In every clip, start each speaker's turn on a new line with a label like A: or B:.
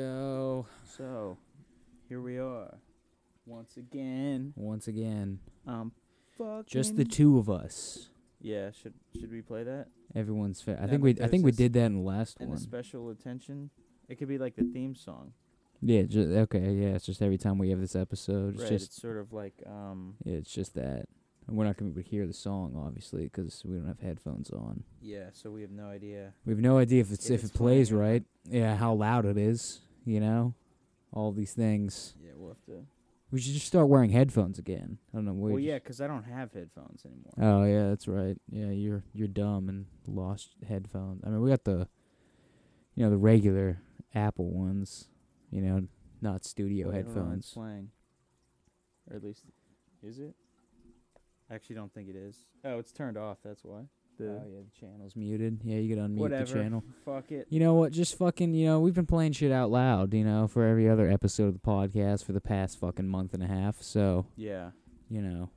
A: go.
B: So, here we are, once again.
A: Once again,
B: Um, fucking.
A: just the two of us.
B: Yeah. Should should we play that?
A: Everyone's. Fa- I
B: Yeah,
A: think
B: but
A: we. I
B: there's
A: think we
B: this-
A: did that in the last
B: And
A: one.
B: a special attention. It could be like the theme song.
A: yeah. Just, okay. Yeah. It's just every time we have this episode, it's
B: right.
A: just.
B: it's sort of like um.
A: yeah, It's just that. And we're not going to hear the song obviously because we don't have headphones on.
B: Yeah. So we have no idea.
A: We have no idea if it's
B: If
A: if,
B: it's
A: it plays
B: playing or not.
A: right. Yeah. How loud it is. You know, all these things.
B: Yeah, we'll have to.
A: We should just start wearing headphones again. I don't know. we
B: well,
A: just-
B: yeah, 'cause I don't have headphones anymore.
A: Oh yeah, that's right. Yeah, you're you're dumb and lost headphones. I mean, we got the, you know, the regular Apple ones. You know, not studio
B: I don't know when it's
A: headphones.
B: Playing, or at least, is it? I actually don't think it is. Oh, it's turned off. That's why. The
A: oh yeah, the channel's muted. Yeah, you could unmute
B: whatever.
A: the channel.
B: Fuck it.
A: You know what? Just fucking. You know, we've been playing shit out loud. You know, for every other episode of the podcast for the past fucking month and a half. So
B: Yeah.
A: you know,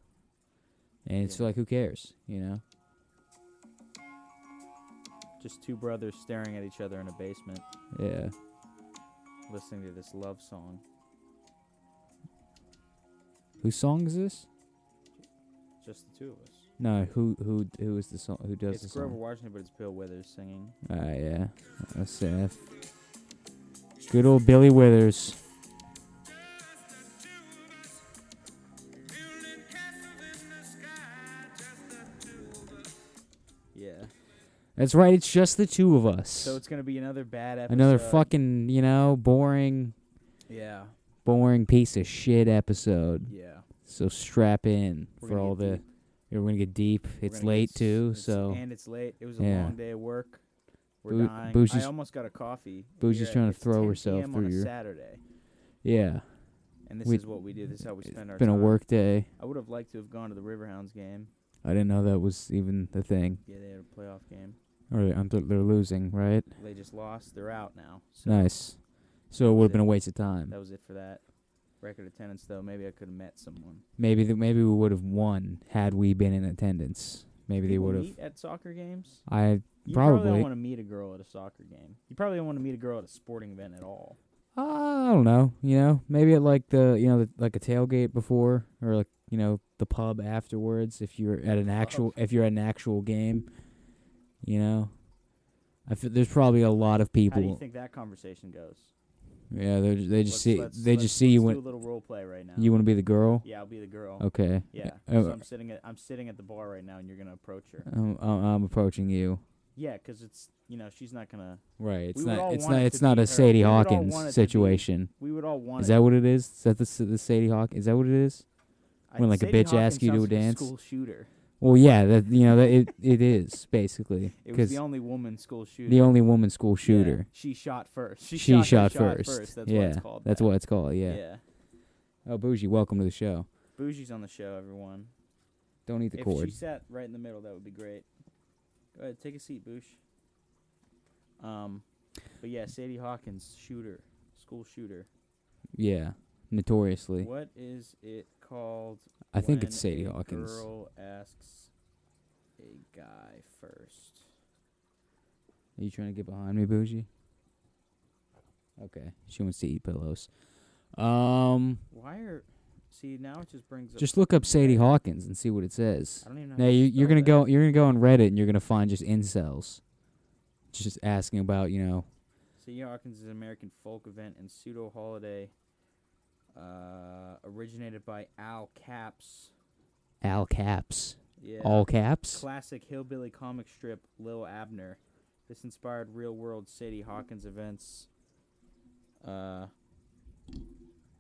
A: and it's
B: Yeah.
A: like who cares? You know.
B: Just two brothers staring at each other in a basement,
A: Yeah.
B: listening to this love song.
A: Whose song is this?
B: Just the two of us.
A: No. Who who who is the song? Who does the
B: it's
A: song?
B: Grover Washington, but it's Bill Withers singing.
A: Ah, yeah. That's Seth. Good old Billy Withers.
B: Yeah.
A: That's right, it's just the two of us.
B: So it's gonna be another bad episode.
A: Another fucking, you know, boring,
B: Yeah.
A: boring piece of shit episode.
B: Yeah.
A: So strap in
B: We're
A: for
B: gonna
A: all
B: get
A: the.
B: deep.
A: We're gonna get deep.
B: We're
A: It's
B: gonna get
A: late
B: s-
A: too,
B: it's-
A: so
B: and it's late. It was a
A: Yeah.
B: long day of work. We're
A: Boo-
B: dying.
A: Boo's
B: I
A: just-
B: almost got a coffee.
A: Boo's
B: We're
A: just
B: at-
A: trying to
B: it's
A: throw
B: 10
A: herself
B: p.m.
A: through
B: on
A: your-
B: a Saturday,
A: yeah.
B: and this
A: We-
B: is what we do. This is how we
A: It's
B: spend our
A: been a
B: time.
A: work day.
B: I would have liked to have gone to the Riverhounds game.
A: I didn't know that was even the thing.
B: Yeah, they had a playoff game.
A: Or I'm th- they're losing, right?
B: They just lost. They're out now. So
A: Nice. So it would have been a waste of time.
B: That was it for that. Record attendance, though. Maybe I could have met someone.
A: Maybe th- maybe we would have won had we been in attendance. Maybe they
B: People
A: would have.
B: meet at soccer games.
A: I
B: You probably,
A: Probably.
B: don't want to meet a girl at a soccer game. You probably don't want to meet a girl at a sporting event at all.
A: Uh, I don't know. You know, maybe at like the you know the, like a tailgate before or like you know the pub afterwards. If you're at an actual if you're at an actual game, you know, I feel there's probably a lot of
B: How do you
A: people.
B: think that conversation goes?
A: Yeah, they they just
B: Let's-
A: see
B: let's-
A: they
B: let's-
A: just see you
B: let's
A: when
B: do a little role play right now.
A: you want to be the girl.
B: Yeah, I'll be the girl.
A: Okay.
B: Yeah.
A: Uh,
B: so I'm sitting at I'm sitting at the bar right now, and you're gonna approach her.
A: I'm, I'm I'm approaching you.
B: Yeah, 'cause it's you know she's not gonna.
A: Right. It's
B: would all
A: not. It's
B: want
A: not.
B: it
A: It's
B: to
A: not
B: be
A: a
B: her.
A: Sadie
B: We would all
A: Hawkins
B: want it to be-
A: situation.
B: We would all want.
A: Is
B: it.
A: that what it is? Is that the s- the Sadie Hawk? Is that what it is?
B: I-
A: when, like, a
B: Sadie
A: bitch asks
B: Hawkins
A: you to
B: sounds like
A: dance?
B: School shooter.
A: Well, yeah, that you know that it it is basically
B: It was
A: because
B: the only woman school shooter.
A: the only woman school
B: Yeah,
A: shooter.
B: she shot first. She,
A: She
B: shot, her
A: shot
B: shot
A: first.
B: That's
A: yeah,
B: what it's called.
A: that's
B: now.
A: what it's called. Yeah.
B: Yeah.
A: Oh, bougie, welcome to the show.
B: Bougie's on the show, everyone.
A: Don't eat the
B: if
A: cord.
B: she sat right in the middle, that would be great. Go ahead, take a seat, Boosh. Um, but yeah, Sadie Hawkins, shooter, school shooter.
A: Yeah, notoriously.
B: What is it called?
A: I think
B: when
A: it's Sadie
B: a
A: Hawkins.
B: Girl asks a guy first.
A: Are you trying to get behind me, bougie? Okay, she wants to eat pillows. Um,
B: Why are? See, now it just brings up.
A: just look up Sadie Hawkins and see what it says.
B: I don't even know.
A: Now
B: how to
A: you, you're
B: spell
A: gonna
B: that.
A: go. You're gonna go on Reddit and you're gonna find just incels, just asking about you know
B: Sadie Hawkins is an American folk event and pseudo holiday, uh, originated by Al Caps.
A: all caps,
B: Yeah.
A: all caps.
B: classic hillbilly comic strip Lil Abner. This inspired real world Sadie Hawkins events. Uh,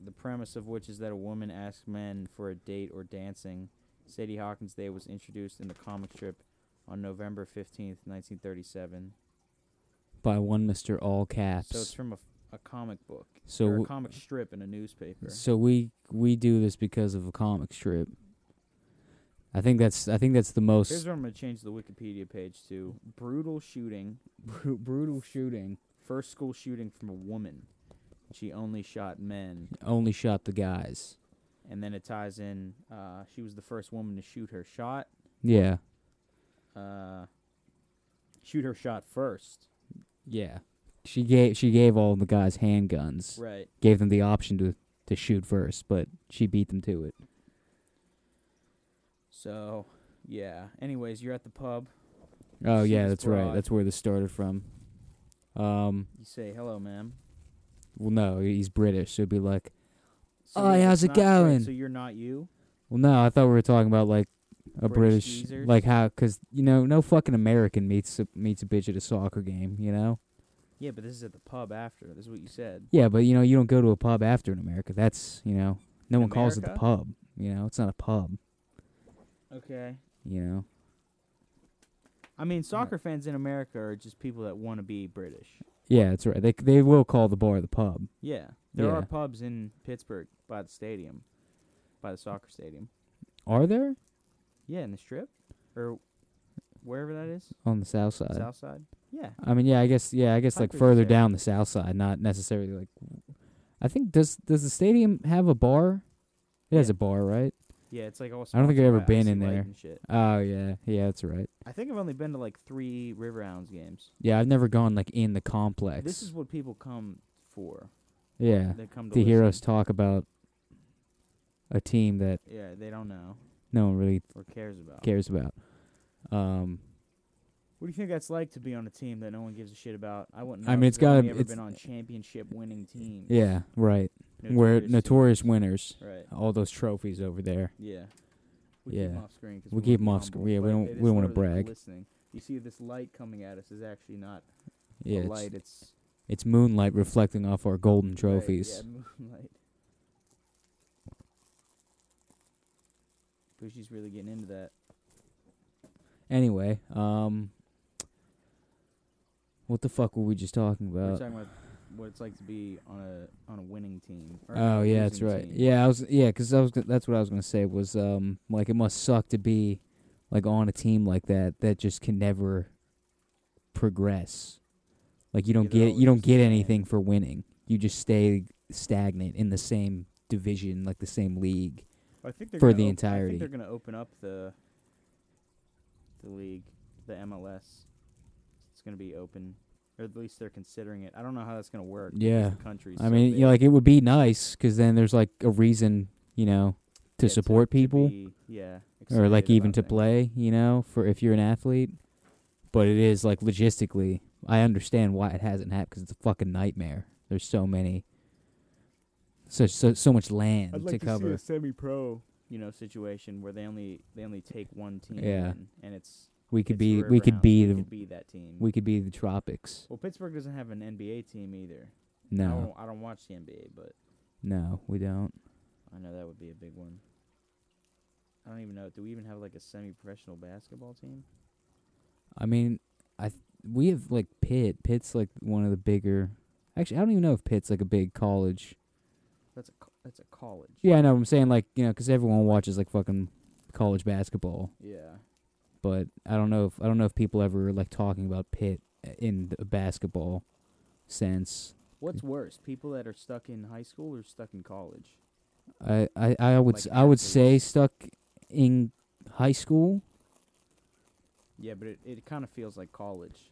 B: the premise of which is that a woman asks men for a date or dancing. Sadie Hawkins Day was introduced in the comic strip on November 15th, 1937.
A: by one Mister All Caps.
B: So it's from a, f- a comic book.
A: So
B: or a
A: w-
B: comic strip in a newspaper.
A: So we we do this because of a comic strip. I think that's I think that's the
B: Here's
A: most
B: where I'm going to change the Wikipedia page to brutal shooting
A: bru- brutal shooting.
B: First school shooting from a woman. She only shot men.
A: Only shot the guys.
B: And then it ties in uh, she was the first woman to shoot her shot.
A: Yeah,
B: Uh, shoot her shot first.
A: yeah. she gave she gave all the guys handguns.
B: Right.
A: Gave them the option to to shoot first, but she beat them to it.
B: So, yeah. Anyways, you're at the pub.
A: Oh
B: She
A: yeah,
B: was
A: that's right.
B: broad.
A: That's where this started from. Um,
B: You say hello, ma'am.
A: well, no, he's British, so it'd be like,
B: So
A: Aye,
B: it's
A: how's it
B: not Brit,
A: going?
B: so you're not you.
A: well, no, I thought we were talking about like a
B: British
A: British,
B: geezers?
A: like how, cause you know, no fucking American meets a, meets a bitch at a soccer game, you know.
B: Yeah, but this is at the pub after. This is what you said.
A: Yeah, but you know, you don't go to a pub after in America. That's you know, no one calls it the
B: America?
A: pub. You know, it's not a pub.
B: Okay.
A: You know,
B: I mean, soccer fans in America are just people that want to be British.
A: yeah, that's right. They they will call the bar the pub.
B: Yeah. There are
A: Yeah.
B: pubs in Pittsburgh by the stadium, by the soccer stadium.
A: Are there
B: Yeah, in the strip or wherever that is.
A: on the south side?
B: South side. Yeah.
A: I mean, yeah, I guess, yeah, I guess like
B: Hunter's
A: further
B: there.
A: down the south side, not necessarily like. I think does does the stadium have a bar? It has
B: Yeah.
A: a bar, right?
B: Yeah, it's like all
A: I don't think I've ever
B: sponsored by
A: been
B: IC
A: in
B: Light
A: there.
B: and shit.
A: Oh yeah, yeah, that's right.
B: I think I've only been to like three River Hounds games.
A: Yeah, I've never gone like in the complex.
B: This is what people come for.
A: yeah
B: They come to,
A: to hear us
B: listen.
A: talk about a team that
B: Yeah, they don't know
A: no one really
B: or cares about.
A: cares about. Um,
B: What do you think that's like to be on a team that no one gives a shit about? I wouldn't. Know
A: I mean, it's
B: 'cause I've
A: gotta-
B: only ever
A: it's-
B: been on championship-winning teams.
A: yeah, right. We're
B: teams.
A: notorious winners.
B: Right.
A: All those trophies over there.
B: Yeah. We keep 'em
A: Yeah.
B: off screen 'cause
A: We
B: wanna
A: keep
B: be
A: 'em off
B: humble,
A: screen. Yeah, we
B: but
A: don't-
B: it
A: we
B: is
A: don't wanna
B: for the people
A: brag.
B: Listening, you see this light coming at us is actually not
A: Yeah,
B: a
A: it's,
B: light. It's
A: it's moonlight reflecting off our golden
B: right,
A: trophies.
B: yeah, moonlight. Bushy's really getting into that.
A: Anyway, um, what the fuck were we just talking
B: We We're
A: about?
B: talking about what it's like to be on a on a winning team. or
A: Oh
B: a
A: yeah, that's
B: losing
A: right.
B: team.
A: Yeah, I was yeah, 'cause I was gon- that's what I was gonna say was um like it must suck to be like on a team like that that just can never progress. Like you don't
B: they're
A: get you don't
B: always
A: get
B: the
A: anything for winning. You just stay stagnant in the same division, like the same league.
B: I think they're
A: For
B: gonna
A: the
B: op- I
A: entirety.
B: think they're going to open up the the league, the MLS. It's going to be open, or at least they're considering it. I don't know how that's going to work. because
A: Yeah.
B: the country's
A: I
B: so
A: mean,
B: big.
A: you know, like it would be nice 'cause then there's like a reason, you know, to
B: Yeah,
A: support people.
B: be, yeah,
A: or like
B: excited
A: even
B: about
A: to
B: things.
A: play, you know, for if you're an athlete. But it is like logistically, I understand why it hasn't happened because it's a fucking nightmare. There's so many, such so so much land
B: I'd like
A: to
B: to, see
A: cover.
B: a semi-pro, you know, situation where they only they only take one team.
A: Yeah.
B: and, and it's
A: we could
B: it's
A: be, we
B: Riverhounds.
A: could be,
B: we
A: the,
B: could be that team.
A: we could be the tropics.
B: well, Pittsburgh doesn't have an NBA team either. I
A: No,
B: don't, I don't watch the NBA, but
A: no, we don't.
B: I know that would be a big one. I don't even know. Do we even have like a semi-professional basketball team?
A: I mean, I th- we have like Pitt. Pitt's like one of the bigger. Actually, I don't even know if Pitt's like a big college.
B: That's a co- that's a college.
A: Yeah, I know. I'm saying like you know, 'cause everyone watches like fucking college basketball.
B: Yeah.
A: but I don't know if I don't know if people ever are, like talking about Pitt in the basketball sense.
B: What's worse, people that are stuck in high school or stuck in college?
A: I I, I would
B: Like
A: s I would
B: athletes.
A: say stuck in high school.
B: Yeah, but it, it kind of feels like college.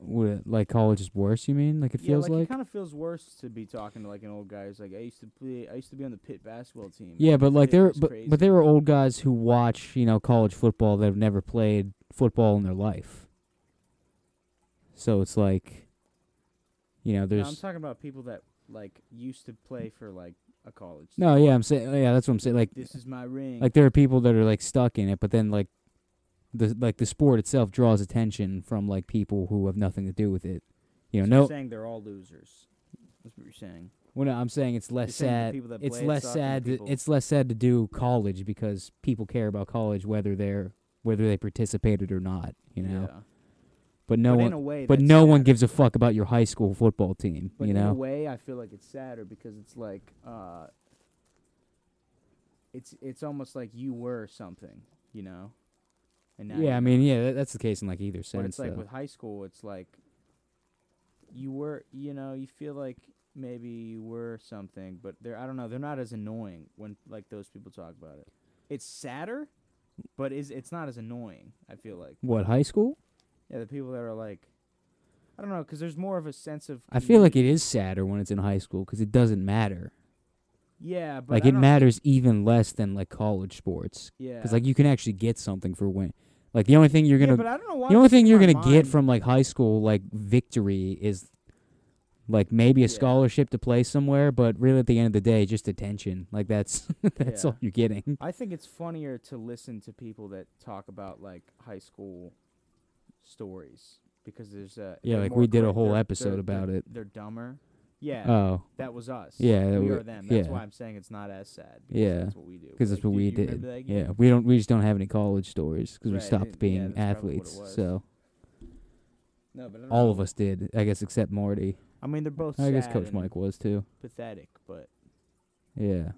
A: Would it, like college is worse? You mean like it
B: yeah,
A: feels
B: like,
A: like?
B: it kind of feels worse to be talking to like an old guy who's like, I used to play, I used to be on the pit basketball team.
A: yeah, but like
B: Pitt
A: there
B: was
A: but
B: crazy.
A: but there are old guys who watch you know college football that have never played football in their life. So it's like, you know,
B: No, I'm
A: there's
B: talking about people that like used to play for like a college.
A: no, yeah, I'm saying, yeah, that's what I'm saying. Like
B: This is my ring.
A: like there are people that are like stuck in it but then like the like the sport itself draws attention from like people who have nothing to do with it you know
B: So you're
A: no
B: saying they're all losers. That's what you're saying.
A: well, no, i'm saying it's less
B: You're saying the
A: sad
B: people that
A: it's
B: play it
A: less
B: suck and the
A: sad to,
B: people-
A: it's less sad to do college because people care about college whether they're whether they participated or not you know
B: Yeah.
A: but no
B: but in
A: one
B: a way,
A: but
B: that's
A: no one
B: sadder.
A: gives a fuck about your high school football team
B: But
A: you
B: in a
A: know
B: way, I feel like it's sadder because it's like, uh, it's it's almost like you were something, you know. And
A: yeah i
B: you're
A: mean
B: not.
A: yeah that, that's the case in like either
B: But
A: sense
B: it's like
A: though.
B: with high school, it's like you were, you know, you feel like maybe you were something, but they're, I don't know, they're not as annoying when like those people talk about it. It's sadder, but is it's not as annoying. I feel like
A: what high school
B: yeah, the people that are like, I don't know, because there's more of a sense of.
A: I feel like
B: community.
A: it is sadder when it's in high school because it doesn't matter.
B: Yeah, but
A: like
B: I
A: it
B: don't-
A: matters even less than like college sports
B: Yeah,
A: because like you can actually get something for win. Like the only thing you're
B: Yeah,
A: gonna
B: but I don't know why
A: the only
B: it's in
A: thing you're
B: my
A: gonna get
B: mind.
A: from like high school like victory is like maybe a
B: Yeah.
A: scholarship to play somewhere, but really at the end of the day, just attention. Like that's that's
B: Yeah.
A: all you're getting.
B: I think it's funnier to listen to people that talk about like high school stories because there's a
A: Yeah,
B: they're
A: like
B: more
A: we did a
B: correct-
A: whole
B: they're-
A: episode
B: they're-
A: about
B: they're-
A: it.
B: They're dumber. Yeah,
A: Oh,
B: that was us.
A: yeah, that
B: we
A: w-
B: are them. That's
A: yeah.
B: why I'm saying it's not as sad. Because
A: Yeah,
B: that's what we do.
A: because
B: We're
A: that's
B: like,
A: what
B: "Dude,
A: we
B: you remember
A: did.
B: that game?"
A: Yeah, we don't. We just don't have any college stories because we
B: Right, it- yeah,
A: stopped being
B: that's probably what it
A: athletes.
B: was.
A: So
B: No, but I don't
A: all
B: know.
A: of us did, I guess, except Marty.
B: I mean, they're both.
A: I guess
B: sad
A: Coach
B: and
A: Mike was too.
B: Pathetic, but
A: Yeah,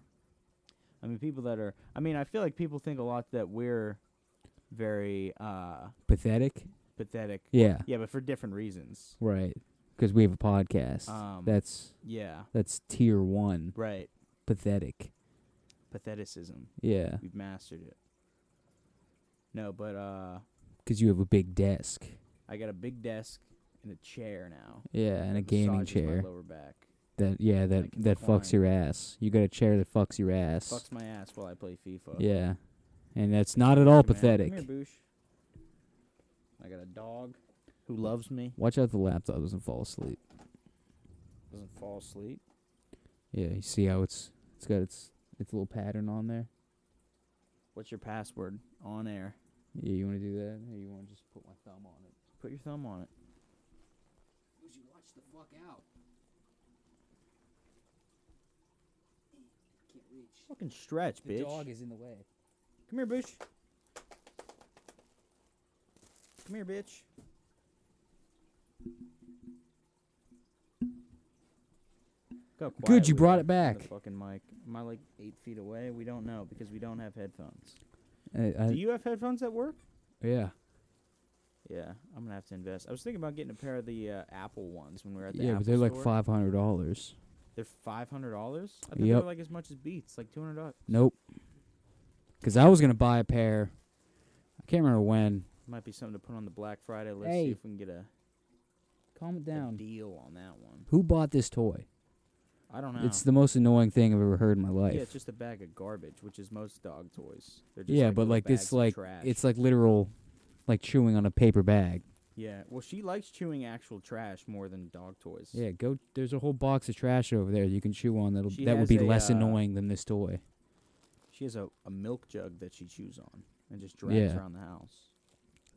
B: I mean, people that are. I mean, I feel like people think a lot that we're very uh
A: pathetic.
B: pathetic.
A: Yeah,
B: Yeah, but for different reasons.
A: right. Because we have a podcast.
B: Um,
A: that's
B: Yeah.
A: that's tier one.
B: Right.
A: Pathetic.
B: Patheticism.
A: Yeah,
B: We've mastered it. No, but uh
A: because you have a big desk.
B: I got a big desk and a chair now.
A: Yeah, and a
B: It
A: gaming
B: massages
A: chair
B: My lower back.
A: that yeah that
B: can
A: that fucks
B: recline.
A: your ass. You got a chair that fucks your ass.
B: Fucks my ass while I play FIFA.
A: Yeah, and that's not at
B: Come
A: all
B: here, man.
A: pathetic.
B: Come here, Boosh. I got a dog who loves me.
A: Watch out the laptop doesn't fall asleep.
B: Doesn't fall asleep.
A: Yeah, you see how it's it's got its its little pattern on there.
B: What's your password on air?
A: Yeah, you want to do that, or you want to just put my thumb on it?
B: Put your thumb on it.
A: Would you watch the fuck out? Can't reach.
B: Fucking stretch, bitch.
A: is in the way.
B: Come here, Boosh. Come here, bitch. Look how quiet
A: you
B: we
A: brought
B: are
A: it back.
B: on The fucking mic. Am I like eight feet away? We don't know because we don't have headphones.
A: I,
B: Do you have headphones at work?
A: yeah,
B: Yeah, I'm gonna have to invest. I was thinking about getting a pair of the uh, Apple ones when we were at the
A: yeah,
B: Apple
A: but they're like
B: store.
A: five hundred dollars.
B: They're five hundred dollars. I thought they
A: Yep.
B: were like as much as Beats, like two hundred dollars.
A: Nope. Because I was gonna buy a pair. I can't remember when.
B: Might be something to put on the Black Friday. Let's
A: Hey,
B: see if we can get a,
A: Calm it
B: a deal on that one.
A: Who bought this toy?
B: I don't know.
A: It's the most annoying thing I've ever heard in my life.
B: Yeah, it's just a bag of garbage, which is most dog toys. They're just
A: Yeah,
B: like
A: but
B: little
A: like
B: bags
A: this,
B: of
A: like
B: trash.
A: it's like literal, like chewing on a paper bag.
B: yeah. Well, she likes chewing actual trash more than dog toys.
A: Yeah, go. There's a whole box of trash over there you can chew on. That'll
B: She
A: that would
B: has
A: be
B: a,
A: less
B: uh,
A: annoying than this toy.
B: She has a, a milk jug that she chews on and just drags
A: Yeah.
B: around the house.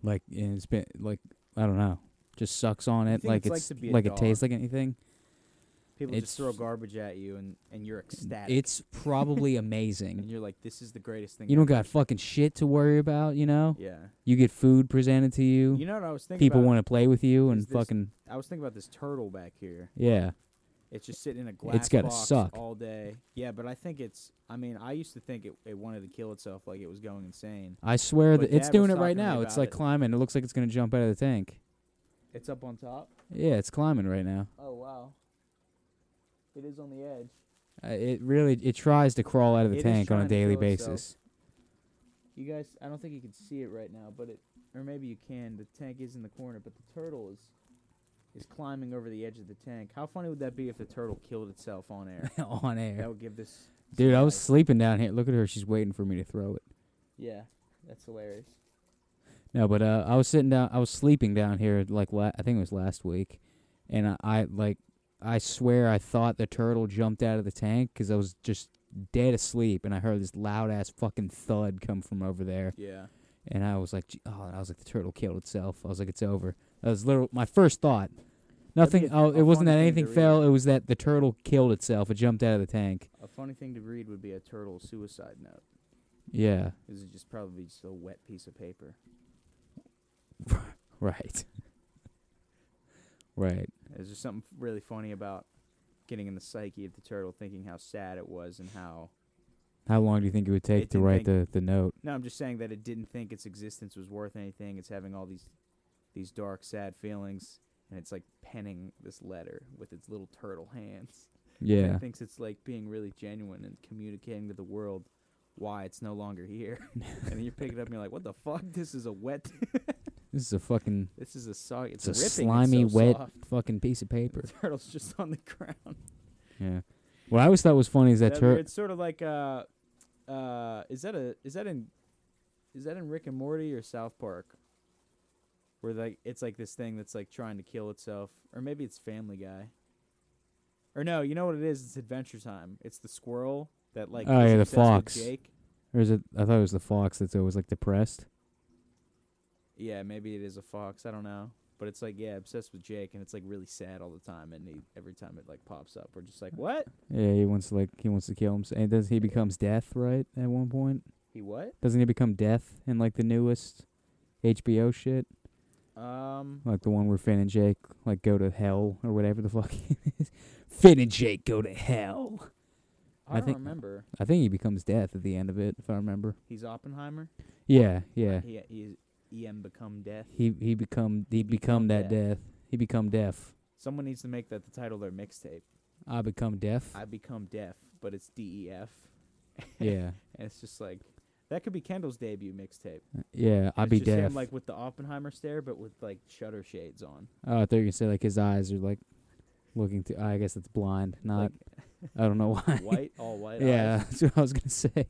A: Like and it's been like I don't know, just sucks on
B: You
A: it.
B: think
A: Like
B: it's like
A: it's
B: to be a
A: like it
B: dog.
A: tastes like anything.
B: People
A: It's-
B: just throw garbage at you, and, and you're ecstatic.
A: It's probably
B: and
A: amazing.
B: you're like, this is the greatest thing.
A: You don't
B: ever."
A: got fucking shit to worry about. You know,
B: Yeah.
A: you get food presented to you.
B: You know what I was thinking
A: People
B: about?
A: want to play with you
B: is
A: and
B: this-
A: fucking
B: I was thinking about this turtle back here.
A: yeah.
B: It's just sitting in a glass
A: gotta
B: box
A: suck.
B: all day. Yeah, but I think it's. I mean, I used to think it, it wanted to kill itself, like it was going insane.
A: I swear
B: But
A: that it's
B: Dad was
A: doing it
B: talking
A: right
B: to me
A: now. It's
B: about
A: like
B: it.
A: climbing. It looks like it's gonna jump out of the tank.
B: It's up on top.
A: Yeah, it's climbing right now.
B: Oh wow. It is on the edge.
A: Uh, it really it tries to crawl out of the
B: It is
A: tank on a
B: trying to
A: daily
B: kill itself.
A: basis.
B: You guys, I don't think you can see it right now, but it, or maybe you can. The tank is in the corner, but the turtle is, is climbing over the edge of the tank. How funny would that be if the turtle killed itself on air?
A: on
B: that
A: air.
B: would give this.
A: Dude, I was
B: life.
A: sleeping down here. Look at her. She's waiting for me to throw it.
B: Yeah, that's hilarious.
A: No, but uh, I was sitting down. I was sleeping down here. Like la- I think it was last week, and I, I like I swear I thought the turtle jumped out of the tank because I was just dead asleep, and I heard this loud ass fucking thud come from over there,
B: Yeah.
A: and I was like, "Gee," oh, and I was like, the turtle killed itself. I was like, it's over. That was literal my first thought.
B: That'd
A: Nothing.
B: be a-
A: oh,
B: a
A: it wasn't that
B: funny thing
A: anything
B: to read.
A: fell. It was that the turtle killed itself. It jumped out of the tank.
B: A funny thing to read would be a turtle suicide note.
A: Yeah.
B: This is just probably just a wet piece of paper.
A: Right. right.
B: There's just something really funny about getting in the psyche of the turtle, thinking how sad it was and how.
A: How long do you think it would take to
B: didn't
A: write the,
B: think-
A: the note?
B: No, I'm just saying that it didn't think its existence was worth anything. It's having all these, these dark, sad feelings, and it's like penning this letter with its little turtle hands. And
A: Yeah.
B: it thinks it's like being really genuine and communicating to the world why it's no longer here. and then you pick it up and you're like, "What the fuck? This is a wet."
A: This is a fucking.
B: This is a sock. It's,
A: It's, a
B: ripping.
A: slimy,
B: it's so
A: wet,
B: soft.
A: fucking piece of paper.
B: The turtle's just on the ground.
A: Yeah. What I always thought was funny is that
B: That-
A: turtle.
B: it's sort of like uh, uh, is that a is that in is that in Rick and Morty or South Park? Where like it's like this thing that's like trying to kill itself, or maybe it's Family Guy. Or no, you know what it is? It's Adventure Time. It's the squirrel that like
A: Oh,
B: is
A: yeah, the
B: obsessed with
A: fox.
B: Jake.
A: Or is it? I thought it was the fox that's always like depressed.
B: Yeah, maybe it is a fox. I don't know. But it's like, yeah, obsessed with Jake, and it's like really sad all the time. And he, every time it like pops up, we're just like, what?
A: Yeah, he wants to like he wants to kill himself. And does he becomes death right at one point?
B: He what?
A: Doesn't he become death in like the newest HBO shit?
B: Um,
A: Like the one where Finn and Jake like go to hell or whatever the fuck it is. Finn and Jake go to hell. I
B: I, don't
A: think-
B: remember.
A: I think he becomes death at the end of it, if I remember.
B: He's Oppenheimer.
A: Yeah, yeah.
B: He he is EM become death.
A: He he become he become that death. He become deaf.
B: Someone needs to make that the title of their mixtape.
A: I become deaf.
B: I become deaf, but it's D E F,
A: Yeah,
B: and it's just like that could be Kendall's debut mixtape.
A: yeah. I
B: It's
A: be
B: just him,
A: deaf.
B: like with the Oppenheimer stare, but with like shutter shades on.
A: Oh, I thought you were gonna say like his eyes are like looking through. I guess it's blind. Not. I don't know why.
B: like white, all white.
A: yeah,
B: eyes.
A: that's what I was gonna say.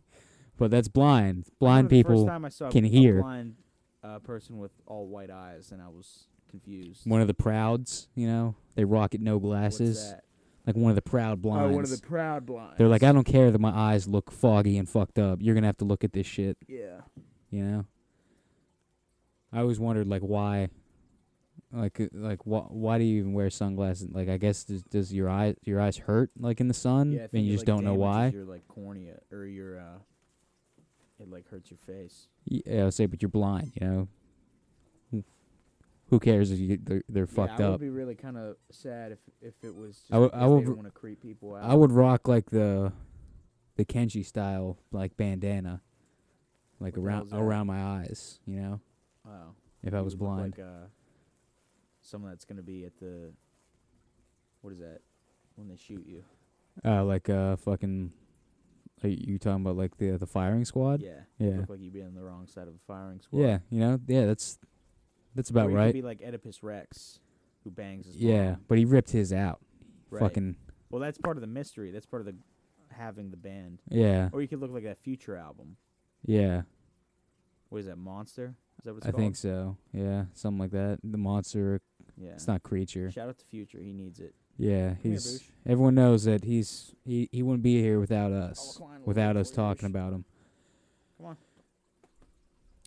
A: But that's blind.
B: I
A: Blind
B: remember the First
A: people.
B: time I saw a-
A: can
B: a
A: hear.
B: blind uh, person with all white eyes, and I was confused.
A: One of the prouds. You know, they rocket no
B: What's
A: glasses.
B: that?
A: Like one of the proud blinds.
B: Oh, one of the proud blinds.
A: They're like, I don't care that my eyes look foggy and fucked up. You're gonna have to look at this shit.
B: yeah.
A: You know. I always wondered like why. Like uh, like wh- why do you even wear sunglasses? Like I guess does, does your eye your eyes hurt like in the sun
B: Yeah, I
A: and
B: think
A: you
B: it,
A: just
B: like,
A: don't know
B: damages
A: why?
B: Your like cornea or your uh, it like hurts your face.
A: Yeah, I'll say, but you're blind, you know. Who- Who cares if you, they're, they're fucked
B: yeah, I
A: up?
B: would be really kind of sad if if it was. Just
A: I would- I
B: because
A: would
B: They
A: r-
B: want to creep people out.
A: I would rock like the the Kenji style, like bandana, like
B: What the
A: around
B: hell's that?
A: around my eyes, you know.
B: Wow.
A: If I
B: Oh, You
A: was
B: would look
A: blind,
B: Like, uh, someone that's gonna be at the. What is that? When they shoot you.
A: uh, like uh, fucking, are you talking about like the the firing squad?
B: Yeah.
A: Yeah.
B: Look like you'd be on the wrong side of a firing squad.
A: Yeah, you know, yeah, that's that's
B: or
A: about
B: you
A: right.
B: Could be like Oedipus Rex, who bangs his.
A: Yeah,
B: mom.
A: but he ripped his out.
B: Right.
A: Fucking
B: Well, that's part of the mystery. That's part of the having the band.
A: yeah,
B: Or you could look like that future album.
A: yeah.
B: What is that? Monster? Is that what it's
A: I
B: called?
A: think so. Yeah, something like that. The monster.
B: Yeah.
A: It's not creature.
B: Shout out to Future. He needs it.
A: Yeah,
B: here,
A: he's
B: Boosh. Oh,
A: everyone knows that he's he, he wouldn't be here without us.
B: climb over
A: Without
B: for
A: us
B: you,
A: talking
B: Boosh.
A: about him.
B: Come on.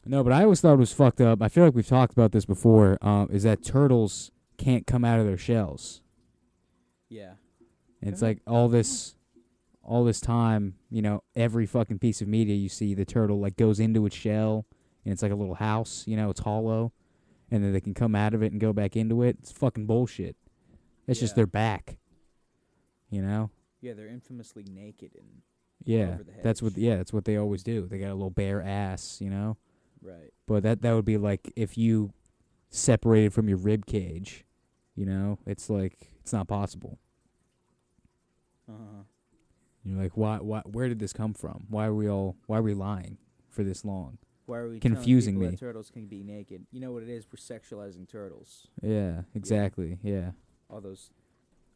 A: No, but I always thought it was fucked up. I feel like we've talked about this before. Um, is that turtles can't come out of their shells.
B: Yeah.
A: And it's
B: Yeah.
A: like all this all this time, you know, every fucking piece of media you see the turtle like goes into its shell and it's like a little house, you know, it's hollow and then they can come out of it and go back into it. It's fucking bullshit. It's
B: Yeah.
A: just their back. You know?
B: Yeah, they're infamously naked and
A: Yeah,
B: over the
A: that's what.
B: hedge.
A: Yeah, that's what they always do. They got a little bare ass, you know.
B: right.
A: But that that would be like if you separated from your rib cage, you know. It's like it's not possible.
B: Uh-huh.
A: You're like, why? Why? Where did this come from? Why are we all? Why are we lying for this long?
B: Why are we telling
A: Confusing
B: people
A: me.
B: That turtles can be naked. You know what it is? We're sexualizing turtles.
A: Yeah, exactly. Yeah,
B: All those,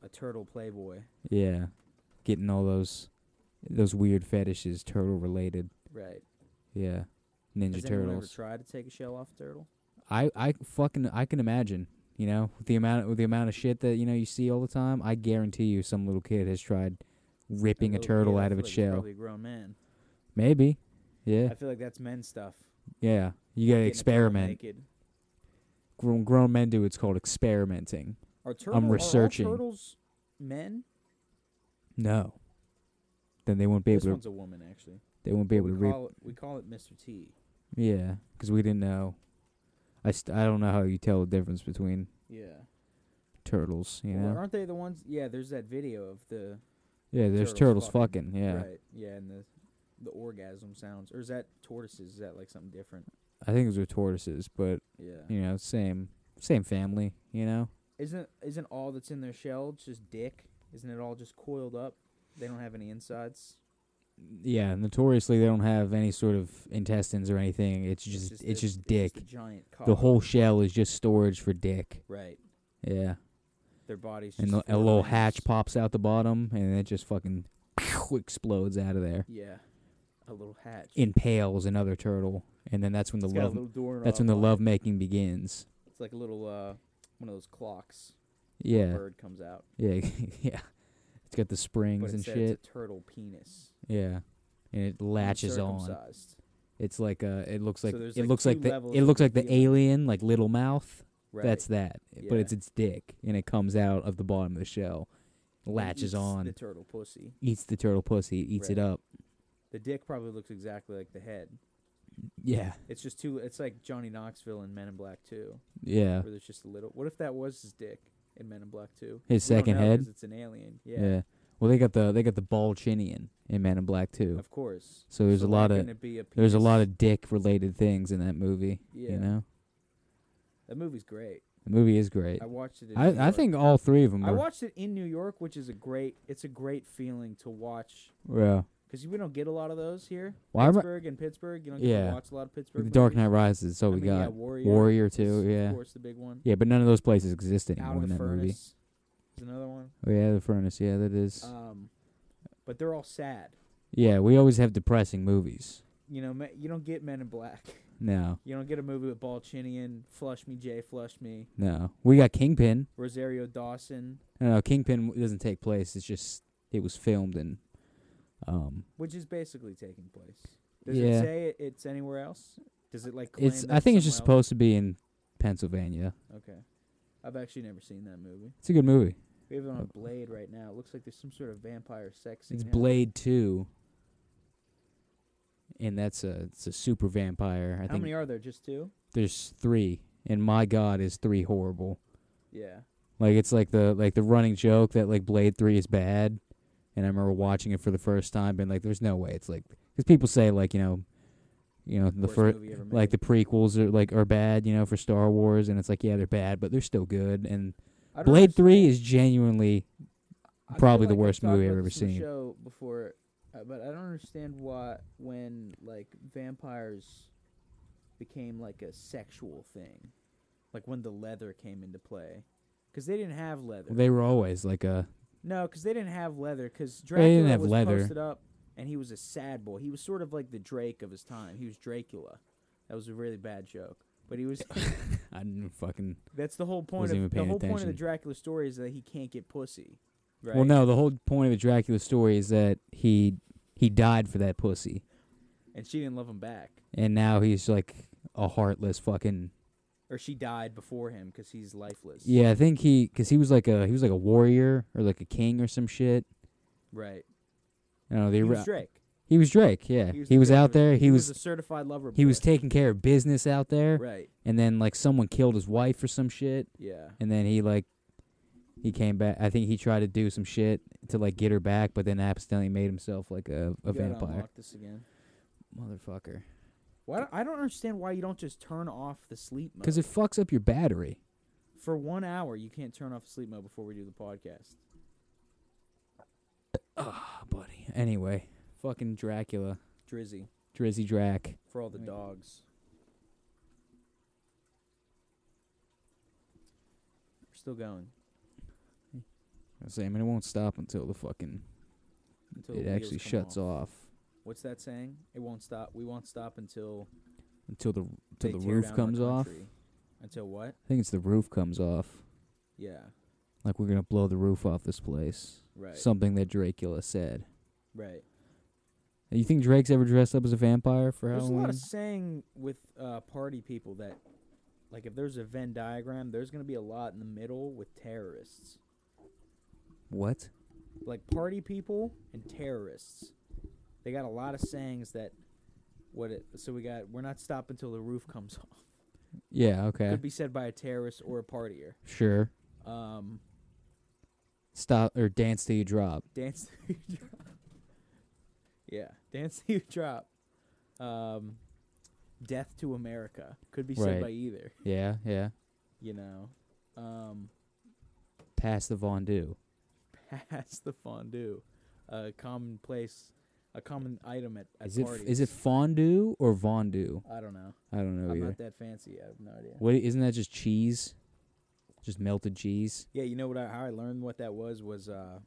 B: a turtle playboy.
A: yeah. Getting all those those weird fetishes, turtle related.
B: Right.
A: Yeah, Ninja
B: Has anyone ever
A: Turtles.
B: tried to take a shell off a turtle?
A: I I fucking I can imagine. You know, with the amount with the amount of shit that you know you see all the time, I guarantee you some little kid has tried ripping a,
B: little
A: turtle
B: kid, I
A: out of
B: feel
A: its
B: like he's
A: shell.
B: Probably a grown man.
A: Maybe. Yeah.
B: I feel like that's men stuff.
A: yeah. You gotta
B: Getting a turtle
A: experiment.
B: naked.
A: Grown, grown men do. It's called experimenting.
B: Are turtle,
A: researching.
B: Are all turtles men?
A: No. Then they won't be
B: This
A: able to.
B: one's a woman actually.
A: They won't be able
B: we
A: to reap.
B: call it we call it Mr. T.
A: Yeah, because we didn't know. I st- I don't know how you tell the difference between
B: Yeah.
A: turtles. You
B: Well,
A: know.
B: aren't they the ones? Yeah. There's that video of the
A: Yeah, there's
B: turtles
A: turtles,
B: fucking,
A: fucking. Yeah.
B: Right. Yeah, and the the orgasm sounds, or is that tortoises? Is that like something different?
A: I think those are tortoises, but
B: Yeah.
A: you know, same same family. You know.
B: Hmm. Isn't isn't all that's in their shell just dick? Isn't it all just coiled up? They don't have any insides.
A: yeah, notoriously they don't have any sort of intestines or anything. It's just it's just,
B: this-
A: dick.
B: the giant cock.
A: the whole shell is just storage for dick.
B: right.
A: Yeah,
B: Their bodies
A: and
B: just
A: the, a
B: four
A: little
B: lines.
A: hatch pops out the bottom, and it just fucking explodes out of there,
B: Yeah, a little hatch.
A: impales another turtle, and then that's when the
B: It's got a
A: love
B: little doorknob
A: that's when the
B: on it.
A: love making begins.
B: It's like a little uh, one of those clocks. where a
A: Yeah,
B: bird comes out,
A: yeah, yeah. It's got the
B: but
A: springs and
B: instead
A: shit.
B: it's a turtle penis.
A: Yeah, and it latches on.
B: uncircumcised.
A: It's like uh, it looks
B: So
A: like
B: there's,
A: it
B: like,
A: looks like
B: two
A: the
B: levels
A: it
B: of
A: looks like the
B: revealing.
A: alien, like little mouth.
B: Right.
A: That's that,
B: Yeah.
A: but it's its dick, and it comes out of the bottom of the shell,
B: It
A: latches
B: eats
A: on,
B: the turtle pussy.
A: eats the turtle pussy, eats it
B: Right.
A: up.
B: The dick probably looks exactly like the head.
A: Yeah,
B: It's just too. It's like Johnny Knoxville in Men in Black Two,
A: yeah,
B: where there's just a little. What if that was his dick in Men in Black Two?
A: His
B: We don't
A: second
B: know 'cause
A: head?
B: It's an alien.
A: yeah,
B: Yeah,
A: Well, they got the they got the ball chinian in Man in Black too.
B: of course.
A: So there's a
B: why
A: lot of
B: couldn't it be a
A: there's a lot
B: penis?
A: of dick related things in that movie.
B: Yeah.
A: You know,
B: That movie's great.
A: the movie is great.
B: I watched it. In New
A: I I
B: York.
A: think all three of them
B: I
A: are.
B: watched it in New York, which is a great. It's a great feeling to watch
A: yeah.
B: because we don't get a lot of those here.
A: Well, I rem-
B: Pittsburgh and Pittsburg. You don't get
A: Yeah.
B: to watch a lot of Pittsburgh.
A: The Dark
B: movies.
A: Knight Rises. So
B: I
A: we
B: mean,
A: got
B: yeah, Warrior.
A: Warrior
B: is,
A: too. Yeah.
B: Of course, the big one.
A: Yeah, but none of those places exist
B: Out
A: anymore
B: of
A: in
B: the
A: that movie.
B: furnace. Is another one.
A: Oh, yeah, the furnace. Yeah, that is.
B: Um, but they're all sad.
A: yeah, we always have depressing movies.
B: You know, me- you don't get Men in Black.
A: No,
B: You don't get a movie with Balchinian, Flush Me, Jay, Flush Me,
A: no, we got Kingpin.
B: Rosario Dawson,
A: No, no, Kingpin w- doesn't take place. It's just it was filmed in. Um,
B: which is basically taking place. Does
A: Yeah.
B: it say it, it's anywhere else? Does it like? Claim
A: it's.
B: that
A: I think it's just
B: somewhere else?
A: supposed to be in Pennsylvania.
B: Okay, I've actually never seen that movie.
A: It's a good movie.
B: We have it
A: Uh,
B: on Blade right now. It looks like there's some sort of vampire sex.
A: It's
B: scene happening.
A: Blade Two. And that's a it's a super vampire. I
B: How
A: think
B: many are there? Just two.
A: there's three, and my God, is three horrible.
B: Yeah.
A: Like it's like the like the running joke that like Blade Three is bad, and I remember watching it for the first time and like there's no way it's like because people say like you know, you know the
B: Worst
A: first
B: movie ever made.
A: like the prequels are like are bad you know for Star Wars and it's like yeah they're bad but they're still good and
B: I don't
A: Blade Three is
B: understand-
A: genuinely
B: I feel
A: probably the
B: like I've
A: worst
B: talked
A: movie
B: about
A: I've ever
B: this on the
A: seen.
B: Show before, uh, but I don't understand why when like vampires became like a sexual thing, like when the leather came into play, because they didn't have leather.
A: they were always like a
B: No, because they didn't have leather. Because
A: they
B: Dracula
A: didn't have
B: was
A: leather.
B: posted up, and he was a sad boy. He was sort of like the Drake of his time. He was Dracula. That was a really bad joke, but he was.
A: I didn't fucking
B: that's the whole point
A: Wasn't even
B: of the
A: paying
B: whole point of the
A: attention.
B: Dracula story is that he can't get pussy. Right.
A: well no the whole point of the Dracula story is that he he died for that pussy
B: And she didn't love him back.
A: and now he's like a heartless fucking
B: or she died before him because he's lifeless.
A: Yeah, I think he because he was like a he was like a warrior or like a king or some shit.
B: right.
A: I don't know, they
B: He
A: ra-
B: was Drake.
A: he was Drake. Yeah,
B: He
A: he was,
B: was the Drake
A: out
B: of it.
A: there. He,
B: He was,
A: was
B: a certified lover.
A: he was
B: boy.
A: taking care of business out there,
B: right.
A: and then like someone killed his wife or some shit,
B: Yeah,
A: and then he like he came back. I think he tried to do some shit to like get her back, but then accidentally made himself like a,
B: You
A: a
B: gotta
A: vampire.
B: unlock this again.
A: Motherfucker,
B: Why don't, I don't understand why you don't just turn off the sleep mode.
A: because it fucks up your battery.
B: for one hour you can't turn off sleep mode before we do the podcast.
A: Ah, buddy. Anyway, fucking Dracula,
B: Drizzy
A: Drizzy Drac.
B: for all the
A: Right.
B: dogs. We're still going
A: I say, I mean, it won't stop until the fucking
B: until
A: it
B: the wheels
A: actually
B: come
A: shuts off.
B: What's that saying? It won't stop. We won't stop until
A: until the
B: they
A: until the
B: tear
A: roof
B: down our
A: comes off.
B: country. Until what?
A: I think it's the roof comes off.
B: Yeah.
A: Like we're gonna blow the roof off this place.
B: Right.
A: Something that Dracula said.
B: right.
A: You think Drake's ever dressed up as a vampire for
B: There's a
A: Halloween?
B: lot of saying with uh, party people that, like, if there's a Venn diagram, there's going to be a lot in the middle with terrorists.
A: what?
B: Like, party people and terrorists. They got a lot of sayings that, what it, so we got, we're not stopping until the roof comes off.
A: Yeah. Okay.
B: Could be said by a terrorist or a partier.
A: Sure.
B: Um,
A: Stop or dance till you drop.
B: dance till you drop. Yeah, dance till you drop. Um, death to America. Could be said
A: Right.
B: by either,
A: Yeah. Yeah.
B: you know. Um,
A: Pass the Von Du.
B: pass the fondue. A commonplace a common item at, at
A: Is it
B: parties.
A: is it fondue or fondue?
B: I don't know.
A: I don't know
B: I'm
A: either.
B: not that fancy. I have no idea.
A: What isn't that just cheese? Just melted cheese.
B: Yeah, you know what? I, how I learned what that was was uh,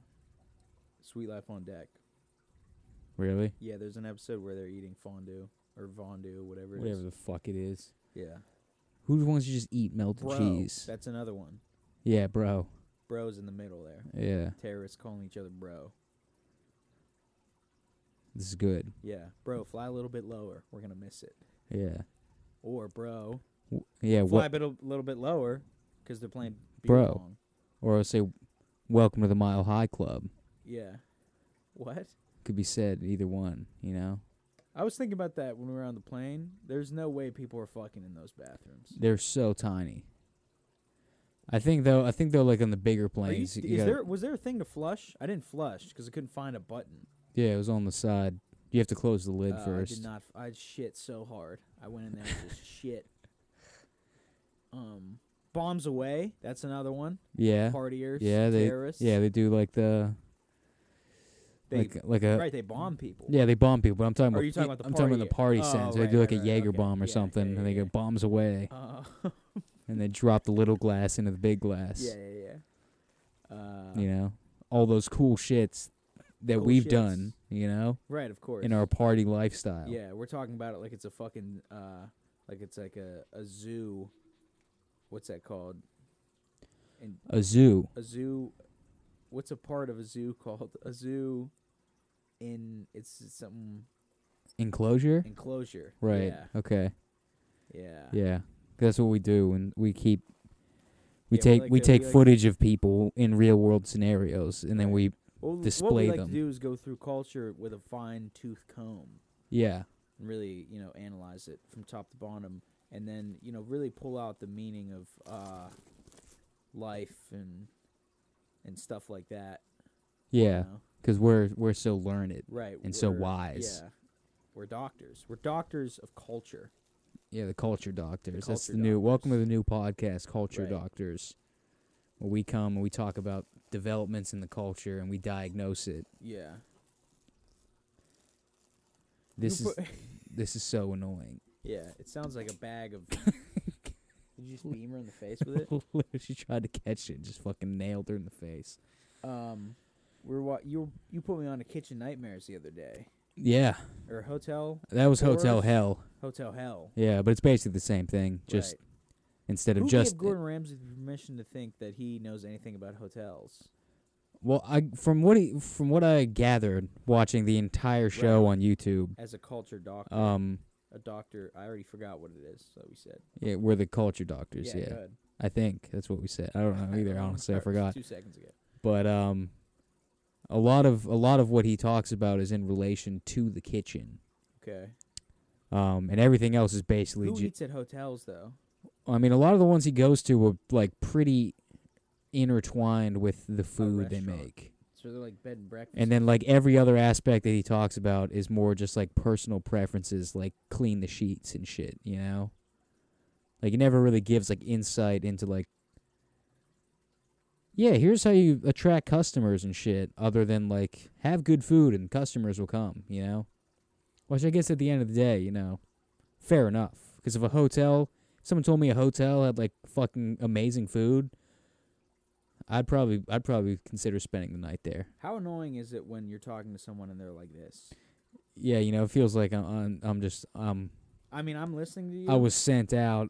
B: Sweet Life on Deck.
A: Really?
B: Yeah, there's an episode where they're eating fondue or fondue, whatever. It is.
A: Whatever the fuck it is.
B: Yeah.
A: Who wants to just eat melted
B: Bro,
A: cheese?
B: That's another one.
A: Yeah, bro.
B: Bro's in the middle there.
A: Yeah,
B: Terrorists calling each other bro.
A: this is good.
B: Yeah, bro, fly a little bit lower. We're gonna miss it.
A: Yeah.
B: Or bro,
A: W- Yeah.
B: fly a
A: What?
B: bit a little bit lower because they're playing beer
A: Bro.
B: pong.
A: Or I'll say, welcome to the Mile High Club.
B: Yeah. What?
A: Could be said either one. You know,
B: I was thinking about that when we were on the plane. There's no way people are fucking in those bathrooms.
A: they're so tiny. I think though. I think they're like on the bigger
B: Are you,
A: planes.
B: is
A: You gotta-
B: there was there a thing to flush? I didn't flush because I couldn't find a button.
A: Yeah, it was on the side. You have to close the lid
B: Uh, I
A: first.
B: did not. f- I shit so hard. I went in there and just shit. Um, bombs away. That's another one.
A: Yeah.
B: Partiers.
A: Yeah, they-
B: terrorists.
A: Yeah, they do like the
B: They,
A: like like a
B: right. They bomb people.
A: yeah they bomb people. But I'm talking
B: Are
A: about
B: you talking about the
A: I'm talking about the party
B: party-
A: sense.
B: oh,
A: they do
B: right,
A: like
B: right,
A: a
B: right,
A: Jaeger
B: okay.
A: bomb or
B: Yeah,
A: something,
B: yeah,
A: and they
B: yeah,
A: go
B: yeah.
A: bombs away,
B: Uh,
A: and they drop the little glass into the big glass.
B: yeah, yeah, yeah. Uh,
A: You know all those cool shits that
B: Cool
A: we've
B: shits.
A: done. You know
B: Right, of course.
A: in our party lifestyle.
B: yeah, we're talking about it like it's a fucking uh, like it's like a a zoo. What's that called? And
A: A zoo.
B: a zoo. What's a part of a zoo called? A zoo. In it's something
A: Enclosure?
B: enclosure.
A: Right.
B: Yeah.
A: Okay.
B: Yeah.
A: Yeah. That's what we do and we keep we
B: Yeah, we
A: take
B: like
A: we
B: to-
A: take
B: we like-
A: footage of people in real world scenarios and then
B: Right.
A: we
B: Well, what
A: display
B: we like
A: them.
B: to do is go through culture with a fine tooth comb
A: yeah.
B: and really, you know, analyze it from top to bottom, and then you know really pull out the meaning of uh, life and and stuff like that. you
A: Yeah,
B: know?
A: cuz we're we're so learned.
B: Right.
A: And so
B: we're-
A: wise.
B: Yeah. We're doctors. We're doctors of culture.
A: Yeah, the culture doctors. That's
B: culture
A: the new welcome to the
B: doctors.
A: new podcast, Culture
B: Right.
A: Doctors. Where we come and we talk about developments in the culture and we diagnose it.
B: Yeah.
A: This
B: You
A: is
B: put-
A: this is so annoying.
B: yeah. It sounds like a bag of. Did you just beam her in the face with it?
A: she tried to catch it, just fucking nailed her in the face.
B: Um, we're wa- you you put me on a kitchen nightmares the other day
A: Yeah,
B: or hotel
A: that was hotel
B: Worse.
A: hell.
B: hotel hell.
A: Yeah, but it's basically the same thing. Just
B: right.
A: instead of
B: Who
A: just
B: gave Gordon Ramsay the permission to think that he knows anything about hotels?
A: well, I from what he, from what I gathered watching the entire show
B: Right.
A: on YouTube,
B: As a culture doctor,
A: um,
B: a doctor, I already forgot what it is that we said.
A: yeah, we're the culture doctors. Yeah,
B: go ahead.
A: I think that's what we said. I don't know either.
B: remember
A: honestly, I
B: it was
A: forgot.
B: two seconds ago.
A: But um, a lot of a lot of what he talks about is in relation to the kitchen.
B: Okay.
A: Um, and everything else is basically.
B: Who
A: ju-
B: eats at hotels though?
A: I mean, a lot of the ones he goes to were like pretty intertwined with the food they
B: restaurant.
A: make.
B: So they're like bed and breakfast.
A: And then like every other aspect that he talks about is more just like personal preferences, like clean the sheets and shit, you know? Like he never really gives like insight into like Yeah, here's how you attract customers and shit, other than like have good food and customers will come, you know? Which I guess at the end of the day, you know, fair enough. Because if a hotel if someone told me a hotel had like fucking amazing food, I'd probably I'd probably consider spending the night there.
B: How annoying is it when you're talking to someone and they're like this?
A: yeah, you know, it feels like I'm I'm, I'm just um
B: I mean, I'm listening to you.
A: I was sent out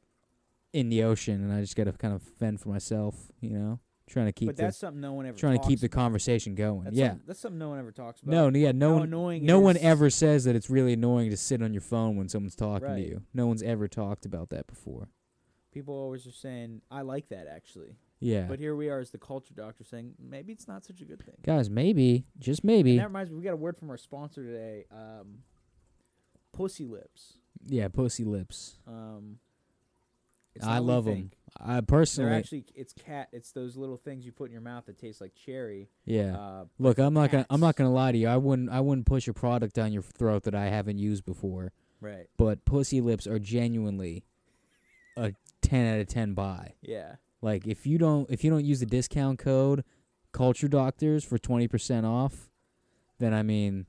A: in the ocean and I just got to kind of fend for myself, you know, trying to keep
B: but that's
A: the,
B: something no one ever
A: trying to keep the
B: talks
A: conversation going.
B: about. That's
A: yeah.
B: something, that's something no one ever talks about.
A: No, yeah, no
B: How
A: one
B: annoying. it
A: no one
B: is.
A: ever says that it's really annoying to sit on your phone when someone's talking
B: Right.
A: to you. No one's ever talked about that before.
B: People always are saying, "I like that actually,"
A: Yeah.
B: but here we are as the culture doctor saying, "Maybe it's not such a good thing."
A: Guys, maybe, just
B: And
A: maybe.
B: that reminds me, we got a word from our sponsor today, um, Pussy Lips.
A: Yeah, pussy lips.
B: Um, it's
A: I
B: not what you
A: love 'em.
B: think.
A: I
B: They're
A: personally
B: actually it's cat. It's those little things you put in your mouth that taste like cherry.
A: yeah.
B: Uh,
A: Look, I'm not going to I'm not
B: cats.
A: going to lie to you. I wouldn't I wouldn't push a product down your throat that I haven't used before.
B: right.
A: but pussy lips are genuinely a 10 out of 10 buy
B: Yeah.
A: like if you don't if you don't use the discount code culture doctors for 20% off then i mean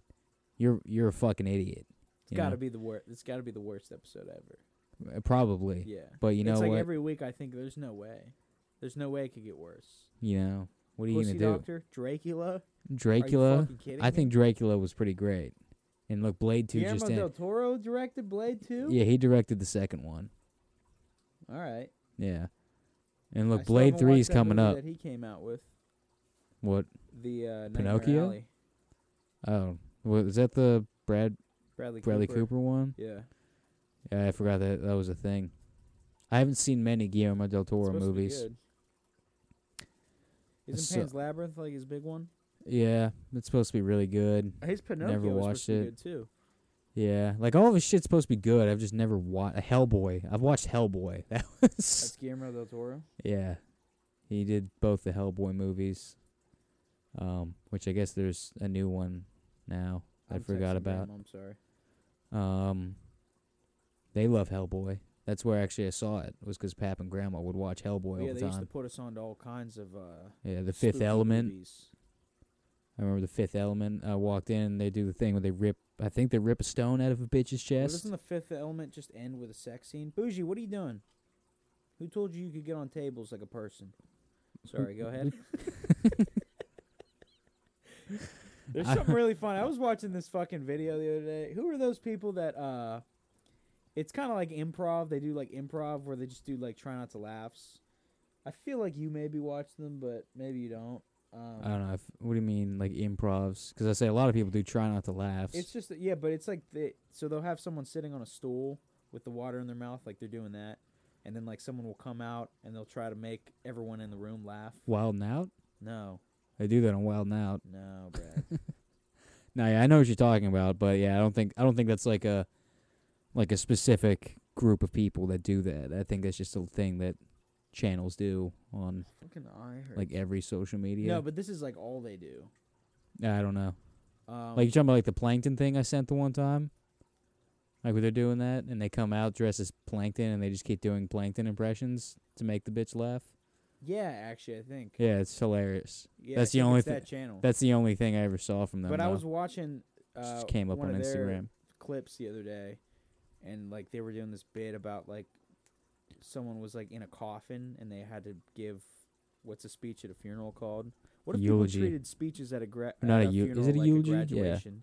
A: You're you're a fucking idiot.
B: It's
A: you
B: got to
A: know?
B: be the worst. It's got to be the worst episode ever.
A: Uh, Probably.
B: Yeah.
A: But you know
B: it's like
A: what?
B: every week I think there's no way. There's no way it could get worse.
A: you know what are you
B: Pussy
A: gonna do?
B: Doctor, Dracula. Are you
A: Dracula.
B: fucking kidding
A: I
B: me?
A: think Dracula was pretty great. And look, Blade Two
B: Guillermo
A: just in.
B: del Toro directed Blade Two.
A: Yeah, he directed the second one.
B: All right.
A: Yeah. And
B: I
A: look,
B: still
A: Blade
B: haven't
A: Three
B: watched
A: is
B: that
A: coming
B: movie
A: up.
B: That he came out with
A: What?
B: the uh, Nightmare
A: Pinocchio?
B: Alley.
A: Oh, what, is that the Brad
B: Bradley
A: Bradley Cooper, one?
B: Yeah.
A: Yeah, I forgot that that was a thing. I haven't seen many Guillermo del
B: It's
A: Toro
B: supposed to be
A: movies.
B: good. Isn't
A: So-
B: Pan's Labyrinth like his big one?
A: Yeah, it's supposed to be really good.
B: His Pinocchio
A: Never
B: was
A: watched
B: supposed to
A: it.
B: be good too.
A: Yeah, like all of his shit's supposed to be good. I've just never watched Hellboy. I've watched Hellboy. That was
B: That's Guillermo del Toro.
A: yeah. He did both the Hellboy movies, um, which I guess there's a new one now. I
B: I'm
A: forgot
B: texting
A: about.
B: Grandma, I'm sorry.
A: Um, they love Hellboy. That's where actually I saw it was 'cause Pap and Grandma would watch Hellboy
B: Oh, yeah,
A: all
B: they
A: the
B: used to
A: time.
B: put us on to all kinds of uh,
A: Yeah, The Fifth
B: spooky
A: Element.
B: movies.
A: I remember The Fifth Element. I walked in. and They do the thing where they rip. I think they rip a stone out of a bitch's
B: Well,
A: chest.
B: doesn't the Fifth Element just end with a sex scene? Bougie, what are you doing? Who told you you could get on tables like a person? Sorry, go ahead. There's something really fun. I was watching this fucking video the other day. Who are those people that uh it's kind of like improv. They do like improv where they just do like try not to laughs. I feel like you maybe watch them, but maybe you don't. Um,
A: I don't know. If, what do you mean, like improvs? 'Cause I say a lot of people do try not to laugh.
B: It's just that- yeah, but it's like the so they'll have someone sitting on a stool with the water in their mouth, like they're doing that, and then like someone will come out and they'll try to make everyone in the room laugh.
A: Wild and Out.
B: No,
A: They do that on Wild and Out.
B: no, Brad.
A: Now, yeah, I know what you're talking about, but yeah, I don't think I don't think that's like a like a specific group of people that do that. I think that's just a thing that channels do on
B: Fucking eye hurts.
A: like every social media.
B: no, but this is like all they do.
A: I don't know.
B: Um,
A: Like you're talking about like the plankton thing I sent the one time. Like where they're doing that and they come out dressed as plankton and they just keep doing plankton impressions to make the bitch laugh.
B: yeah, actually, I think
A: Yeah, it's hilarious.
B: yeah,
A: that's
B: I
A: the
B: think
A: only
B: it's
A: thi-
B: that channel.
A: That's the only thing I ever saw from them.
B: but I
A: though.
B: was watching. Uh,
A: just came up
B: one
A: on
B: of their
A: Instagram.
B: clips the other day, and like they were doing this bit about like someone was like in a coffin and they had to give what's a speech at a funeral called. What if
A: Eulogy.
B: people treated speeches at a gra-
A: Not
B: at
A: a eu- is
B: funeral
A: it a
B: like
A: eulogy? Yeah.
B: graduation?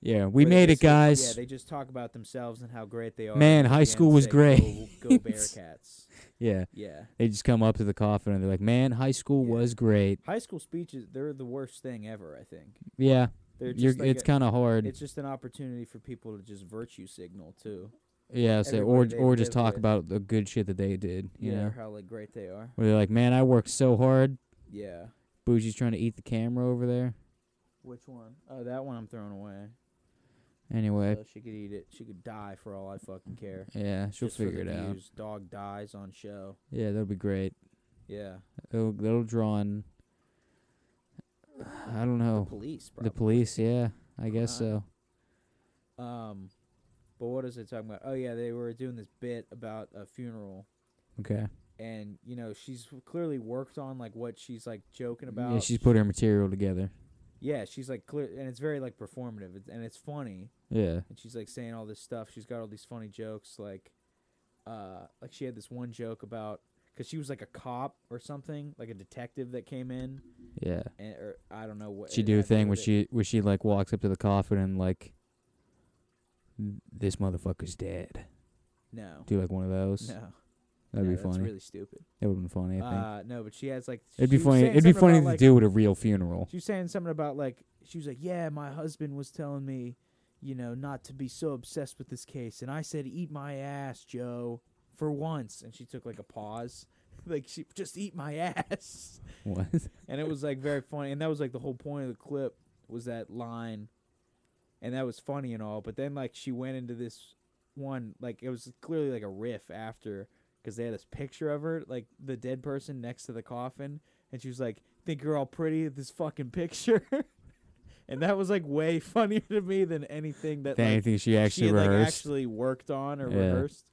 A: Yeah, we
B: Where they
A: made it,
B: just, like,
A: guys.
B: Yeah, they just talk about themselves and how great they are.
A: Man,
B: and at
A: high
B: the
A: school
B: end
A: was
B: say, "Oh,
A: great.
B: Go, go Bearcats!
A: yeah.
B: Yeah,
A: They just come up to the coffin and they're like, "Man, high school
B: Yeah.
A: was great."
B: high school speeches—they're the worst thing ever. I think
A: Yeah,
B: they're
A: you're,
B: just like
A: it's
B: a-
A: kind of hard.
B: it's just an opportunity for people to just virtue signal too.
A: yeah, so or
B: everybody they
A: or just
B: live
A: talk
B: with.
A: about the good shit that they did. You
B: yeah,
A: know,
B: how like great they are.
A: where they're like, "Man, I worked so hard."
B: Yeah.
A: Bougie's trying to eat the camera over there.
B: Which one? Oh, that one I'm throwing away.
A: Anyway,
B: So she could eat it. She could die for all I fucking care.
A: yeah, she'll
B: Just for the
A: figure it out.
B: views. Dog dies on show.
A: Yeah, that'll be great.
B: Yeah.
A: It'll, that'll draw in. I don't
B: The
A: know
B: police,
A: Oh. the,
B: probably. Uh,
A: police. Yeah, I guess
B: Alright.
A: so.
B: Um, but what is it talking about? Oh yeah, they were doing this bit about a funeral,
A: Okay.
B: and you know she's clearly worked on like what she's like joking about.
A: Yeah, she's put her material together.
B: Yeah, she's like clear, and it's very like performative, it's, and it's funny.
A: Yeah.
B: and she's like saying all this stuff. She's got all these funny jokes, like, uh, like she had this one joke about because she was like a cop or something, like a detective that came in,
A: Yeah.
B: and or I don't know what
A: she
B: it
A: do a
B: had to
A: thing
B: do
A: where
B: with it.
A: she where she like walks up to the coffin and like this motherfucker's dead.
B: no,
A: Do like one of those.
B: no,
A: That'd
B: no,
A: be
B: that's
A: funny.
B: really stupid.
A: that would've been funny. I think
B: Uh, no, but she has like
A: it'd be
B: she was
A: funny.
B: saying
A: It'd be
B: something
A: funny
B: about,
A: to
B: like-
A: do at a real funeral.
B: She was saying something about like she was like, yeah, my husband was telling me, you know, not to be so obsessed with this case, and I said, eat my ass, Joe, for once, and she took like a pause. Like she just eat my ass.
A: What?
B: and it was like very funny and that was like the whole point of the clip was that line and that was funny and all but then like she went into this one like it was clearly like a riff after because they had this picture of her like the dead person next to the coffin and she was like think you're all pretty at this fucking picture and that was like way funnier to me than anything that
A: Than
B: like,
A: anything she actually
B: she had, like,
A: rehearsed.
B: actually worked on or
A: Yeah.
B: rehearsed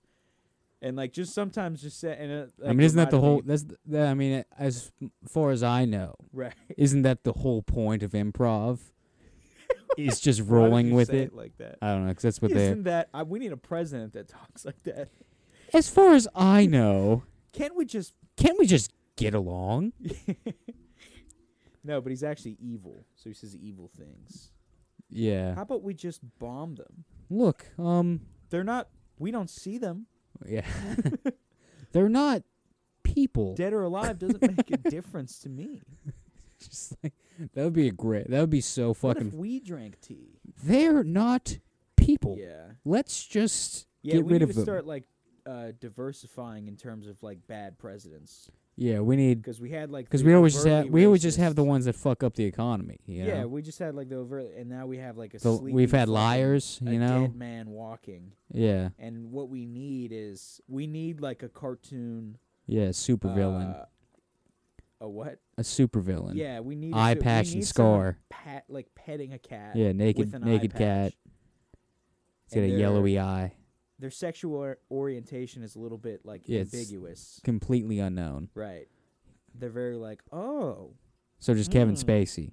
B: and like just sometimes just say and it,
A: I
B: like,
A: mean, isn't that the whole?
B: reminded me-
A: That's that. I mean, as far as I know,
B: right
A: isn't that the whole point of improv? is just
B: Why did
A: rolling
B: you
A: with
B: say
A: it.
B: like that.
A: I don't know, 'cause that's what they.
B: Isn't that I, we need a president that talks like that?
A: As far as I know,
B: Can't we just?
A: can't we just get along?
B: no, but he's actually evil, so he says evil things.
A: Yeah.
B: How about we just bomb them?
A: Look, um,
B: They're not. We don't see them,
A: yeah, they're not people.
B: dead or alive. Doesn't make a difference to me.
A: Just like that would be a great. That would be so
B: What if
A: fucking.
B: we drank tea?
A: They're not people.
B: Yeah.
A: Let's just
B: Yeah,
A: get
B: we
A: rid
B: need
A: of
B: to
A: them.
B: start like uh, diversifying in terms of like bad presidents
A: yeah, we need
B: because we had like
A: because
B: the
A: we always just
B: overtly
A: have we always just have the
B: racist-
A: ones that fuck up the economy. You know?
B: Yeah, we just had like the overt, and now we have like a.
A: So
B: sleepy
A: we've had
B: fucking-
A: liars.
B: a
A: You know.
B: dead man walking,
A: Yeah.
B: and what we need is we need like a cartoon
A: Yeah. Super villain.
B: uh, a what?
A: A super villain.
B: Yeah, we need a
A: Eye
B: su- we
A: patch
B: need
A: and
B: someone
A: scar.
B: Pat like petting a cat.
A: Yeah.
B: with
A: Naked.
B: an eye
A: Naked
B: patch.
A: cat. It's got a
B: and their-
A: yellowy eye.
B: Their sexual or- orientation is a little bit like
A: Yeah, it's-
B: ambiguous,
A: Completely unknown.
B: right? They're very like, oh,
A: So just Kevin
B: Mm.
A: Spacey.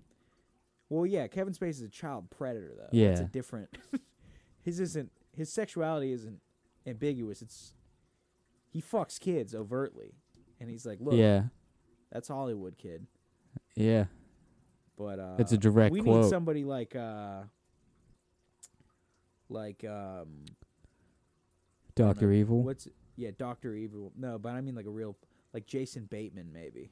B: Well, yeah, Kevin Spacey is a child predator, though. it's a
A: Yeah.
B: different. his isn't his sexuality isn't ambiguous. It's he fucks kids overtly, and he's like, "Look,
A: Yeah.
B: that's Hollywood, kid."
A: Yeah.
B: But uh,
A: That's a direct
B: we
A: quote.
B: need somebody like, uh like um, I don't
A: Doctor
B: know,
A: Evil.
B: What's yeah, Doctor Evil? No, but I mean like a real like Jason Bateman, maybe.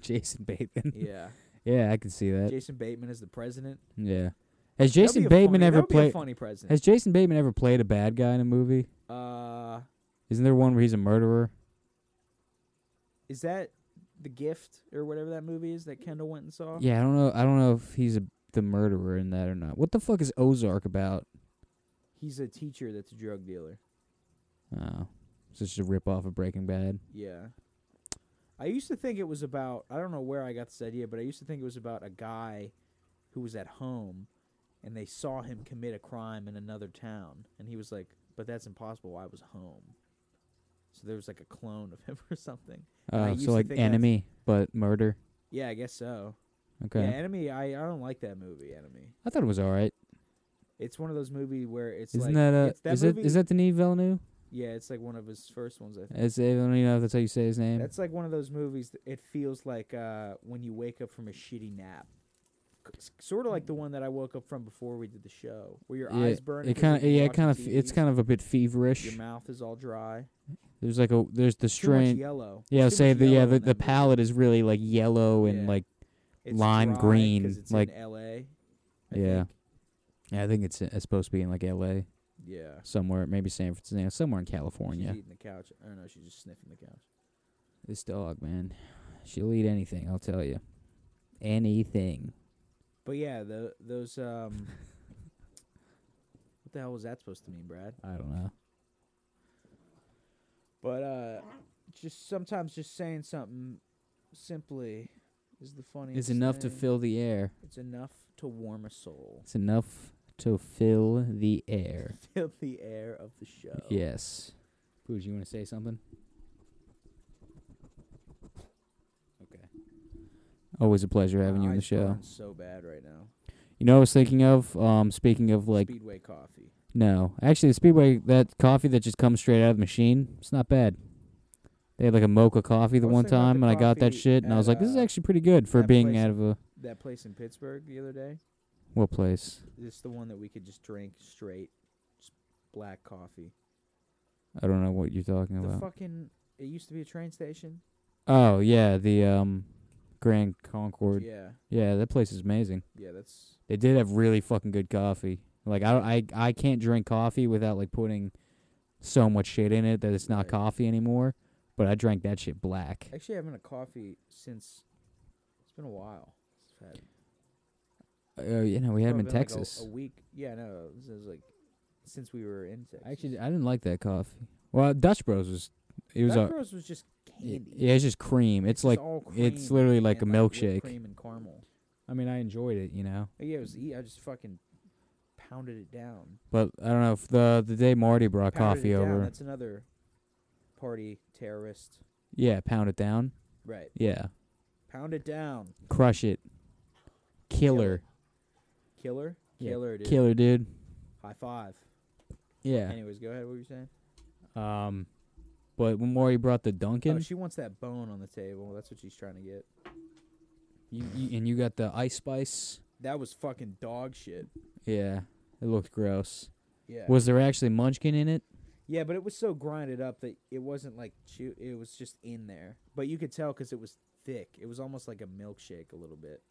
A: Jason Bateman.
B: Yeah,
A: Yeah, I can see that.
B: Jason Bateman is the president.
A: Yeah. Has
B: That'd
A: Jason
B: be a
A: Bateman
B: funny-
A: ever
B: that'd be a
A: played?
B: funny president?
A: Has Jason Bateman ever played a bad guy in a movie?
B: uh,
A: Isn't there one where he's a murderer?
B: Is that the gift or whatever that movie is that Kendall went and saw?
A: Yeah, I don't know. I don't know if he's a, the murderer in that or not. What the fuck is Ozark about?
B: He's a teacher that's a drug dealer.
A: Oh, it's just a rip off of Breaking Bad.
B: Yeah. I used to think it was about I don't know where I got this idea, but I used to think it was about a guy who was at home and they saw him commit a crime in another town and he was like, "But that's impossible. I was home." So there was like a clone of him or something. I
A: Oh,
B: used
A: so
B: to
A: like
B: think that's-
A: enemy but murder.
B: Yeah, I guess so.
A: Okay,
B: Yeah, Enemy, I, I don't like that movie, Enemy.
A: I thought it was all right.
B: It's one of those movies where it's
A: Isn't
B: like
A: that uh?
B: it's that
A: is
B: movie,
A: it is that Denis Villeneuve?
B: Yeah, it's like one of his first ones, I think.
A: Is it, I don't even know if that's how you say his name.
B: That's like one of those movies that it feels like uh, when you wake up from a shitty nap. Sort of like the one that I woke up from before we did the show, where your
A: Mm. Yeah,
B: eyes burn.
A: it kind of yeah, it kind of it's kind of a bit feverish.
B: Your mouth is all dry.
A: There's like a there's the
B: Too much
A: strange
B: yellow.
A: yeah. I'll
B: Too
A: say
B: much
A: the yeah
B: yellow
A: the,
B: in
A: the
B: that movie.
A: palette is really like yellow and
B: Yeah.
A: like
B: It's
A: lime
B: dry 'cause
A: green,
B: It's
A: like-
B: in L.A. I
A: Yeah.
B: think.
A: Yeah, I think it's, it's supposed to be in like L.A.
B: yeah.
A: somewhere, maybe San Francisco, somewhere in
B: She's
A: California.
B: eating the couch. I don't know. She's just sniffing the couch.
A: This dog, man, she'll eat anything. I'll tell you, anything.
B: But yeah, the those um. what the hell was that supposed to mean, Brad?
A: I don't know.
B: But uh just sometimes just saying something simply is the funniest.
A: It's enough to
B: thing.
A: fill the air.
B: It's enough to warm a soul.
A: It's enough to fill the air.
B: Fill the air of the show.
A: Yes. Pooj, you want to say something? Okay. Always a pleasure having you on the show.
B: So bad right now.
A: You know, what I was thinking of um, speaking of like
B: Speedway coffee.
A: No, actually, the Speedway that coffee that just comes straight out of the machine, it's not bad. They had like a mocha coffee the
B: I was
A: one
B: thinking about
A: time,
B: the
A: and I got that
B: coffee
A: shit, and I
B: at,
A: was like, "This is
B: uh,
A: actually pretty good for
B: that
A: being
B: place-
A: out of a
B: That place in Pittsburgh the other day.
A: what place?
B: It's the one that we could just drink straight, just black coffee.
A: I don't know what you're talking
B: The
A: about."
B: fucking. It used to be a train station.
A: oh yeah, the um Grand Concord. Yeah.
B: Yeah,
A: that place is amazing.
B: yeah, that's.
A: They did have really fucking good coffee. Like I don't, I I can't drink coffee without like putting so much shit in it that it's not
B: Right.
A: coffee anymore. But I drank that shit black.
B: Actually, I haven't had a coffee since. It's been a while. It's had-
A: Uh, you know, we had them
B: Probably
A: in
B: been, like, a-
A: Texas.
B: a, week. Yeah, no, this is like since we were in Texas.
A: Actually, uh, I didn't like that coffee. Well, Dutch Bros was it was
B: Dutch
A: a
B: Bros was just candy.
A: yeah, it's just cream. It's,
B: just
A: like
B: all
A: it's
B: cream
A: literally like a
B: and, whipped
A: milkshake.
B: cream and caramel.
A: I mean, I enjoyed it, you know.
B: But yeah, it was. e- I just fucking pounded it down.
A: But I don't know if the the day Marty brought
B: Pounded
A: coffee
B: it down,
A: over,
B: That's another party terrorist.
A: yeah, pound it down,
B: Right.
A: yeah,
B: Pound it down,
A: crush it, killer,
B: killer.
A: Yeah,
B: Killer, dude.
A: Killer dude.
B: High five.
A: Yeah.
B: Anyways, go ahead. What were you saying?
A: Um, but when Maury brought the Duncan,
B: Oh, she wants that bone on the table. That's what she's trying to get.
A: you, you, and you got the Ice Spice.
B: That was fucking dog shit.
A: Yeah, it looked gross.
B: Yeah.
A: Was there actually Munchkin in it?
B: Yeah, but it was so grinded up that it wasn't like chew. It was just in there, but you could tell because it was thick. It was almost like a milkshake a little bit.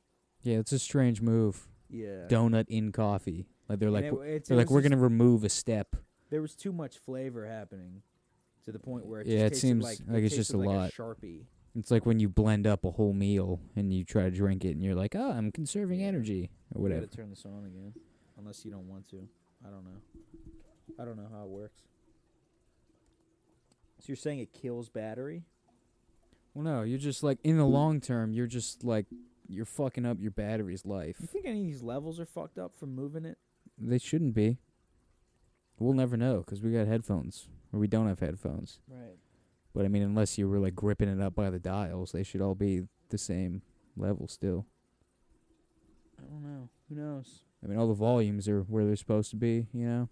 A: Yeah, it's a strange move.
B: Yeah.
A: Donut in coffee. Like they're
B: And
A: like
B: it-
A: w-
B: it's-
A: they're
B: it
A: like
B: was
A: we're
B: just-
A: gonna remove a step.
B: There was too much flavor happening, to the point where it
A: Yeah,
B: just
A: it
B: tasted
A: seems
B: like,
A: like
B: it
A: it's just
B: tasted
A: a
B: like
A: lot.
B: Sharpie.
A: It's like when you blend up a whole meal and you try to drink it and you're like, oh, I'm conserving
B: Yeah.
A: energy or
B: We
A: whatever.
B: gotta turn this on again, unless you don't want to. I don't know. I don't know how it works. So you're saying it kills battery?
A: Well, no, you're just like in the long term, you're just like you're fucking up your battery's life.
B: You think any of these levels are fucked up from moving it?
A: They shouldn't be. We'll never know because we got headphones or we don't have headphones.
B: Right.
A: But I mean, unless you were like gripping it up by the dials, they should all be the same level still.
B: I don't know. Who knows?
A: I mean, all the volumes are where they're supposed to be, you know?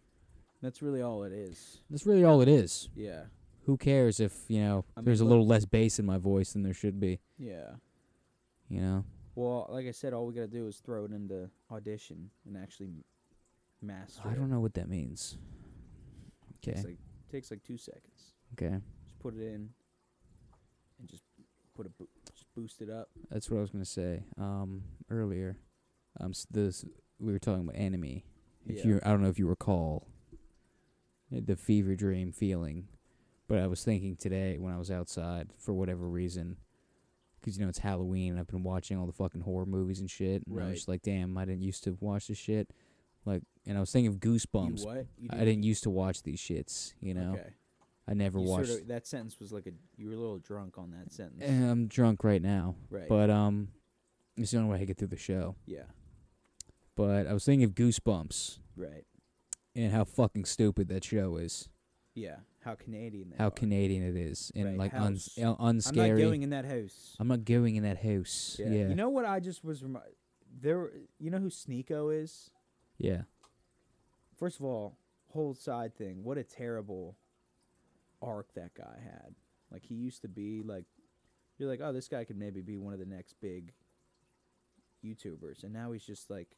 B: That's really all it is.
A: That's really all it is.
B: Yeah.
A: Who cares if, you know,
B: I mean,
A: there's a
B: look-
A: little less bass in my voice than there should be,
B: Yeah.
A: you know?
B: Well, like I said, all we gotta do is throw it into audition and actually m- master.
A: I don't know what that means.
B: It.
A: Okay.
B: It's like, takes like two seconds.
A: Okay.
B: Just put it in, and just put a bo- just boost it up.
A: That's what I was going to say um earlier. Um s- this we were talking about enemy. If
B: Yeah.
A: you I don't know if you recall eh, the fever dream feeling, but I was thinking today when I was outside for whatever reason cuz you know it's Halloween and I've been watching all the fucking horror movies and shit and I
B: Right.
A: was just like damn, I didn't used to watch this shit. Like and I was thinking of Goosebumps.
B: You what? You
A: I didn't used to watch these shits, you know.
B: Okay.
A: I never
B: You
A: watched
B: Sort of, that sentence was like a. You were a little drunk on that sentence.
A: Eh, I'm drunk right now.
B: right.
A: But um, it's the only way I get through the show.
B: yeah.
A: But I was thinking of Goosebumps
B: Right.
A: and how fucking stupid that show is.
B: Yeah. How Canadian they
A: How
B: are.
A: Canadian it is, and
B: Right,
A: like un-
B: house.
A: un-
B: I'm
A: unscary.
B: not going in that house.
A: I'm not going in that house. Yeah, yeah.
B: You know what? I just was remi- there. You know who Sneeko is? First of all, whole side thing. What a terrible arc that guy had. Like he used to be like, you're like, oh, this guy could maybe be one of the next big YouTubers, and now he's just like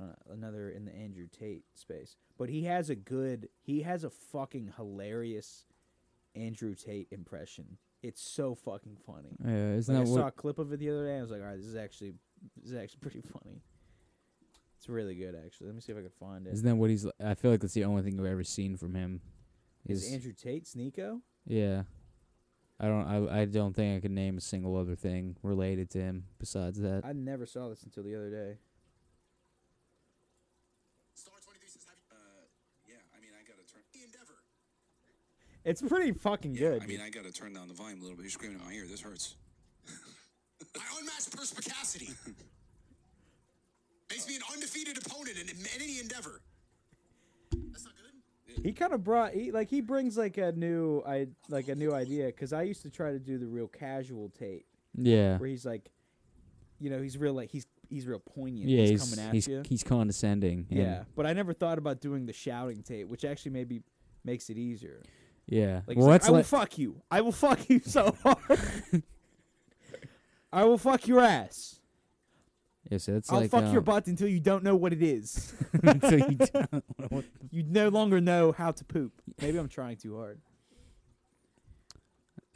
B: uh, another in the Andrew Tate space. But he has a good, he has a fucking hilarious Andrew Tate impression. It's so fucking funny.
A: Uh, isn't
B: Like, I
A: that
B: saw a
A: what?
B: clip of it the other day. and I was like, all right, this is actually this is actually pretty funny. It's really good, actually. Let me see if I can find it.
A: Isn't that what he's? li- I feel like that's the only thing I've ever seen from him.
B: Is,
A: Is
B: Andrew Tate Sneeko?
A: yeah. I don't. I, I don't think I can name a single other thing related to him besides that.
B: I never saw this until the other day.
C: Star 23 says, have you, uh, yeah, I mean, I gotta turn. The endeavor.
B: It's pretty fucking
C: Yeah,
B: good.
C: I mean, I gotta turn down the volume a little bit. You're screaming in my ear. This hurts. my unmatched perspicacity makes me an undefeated opponent in any endeavor. That's not good.
B: he kind of brought he like he brings like a new I like a new idea because I used to try to do the real casual Tate
A: yeah.
B: where he's like, you know, he's real like he's he's real poignant.
A: Yeah.
B: he's,
A: He's
B: coming at
A: he's,
B: you.
A: he's condescending. and-
B: yeah, but I never thought about doing the shouting Tate, which actually maybe makes it easier.
A: Yeah. well,
B: Like, he's like,
A: that's
B: I will
A: like,
B: fuck you. I will fuck you so hard. I will fuck your ass.
A: yeah, so that's
B: I'll
A: like
B: fuck your
A: um,
B: butt until you don't know what it is.
A: until you don't.
B: you no longer know how to poop. Maybe I'm trying too hard.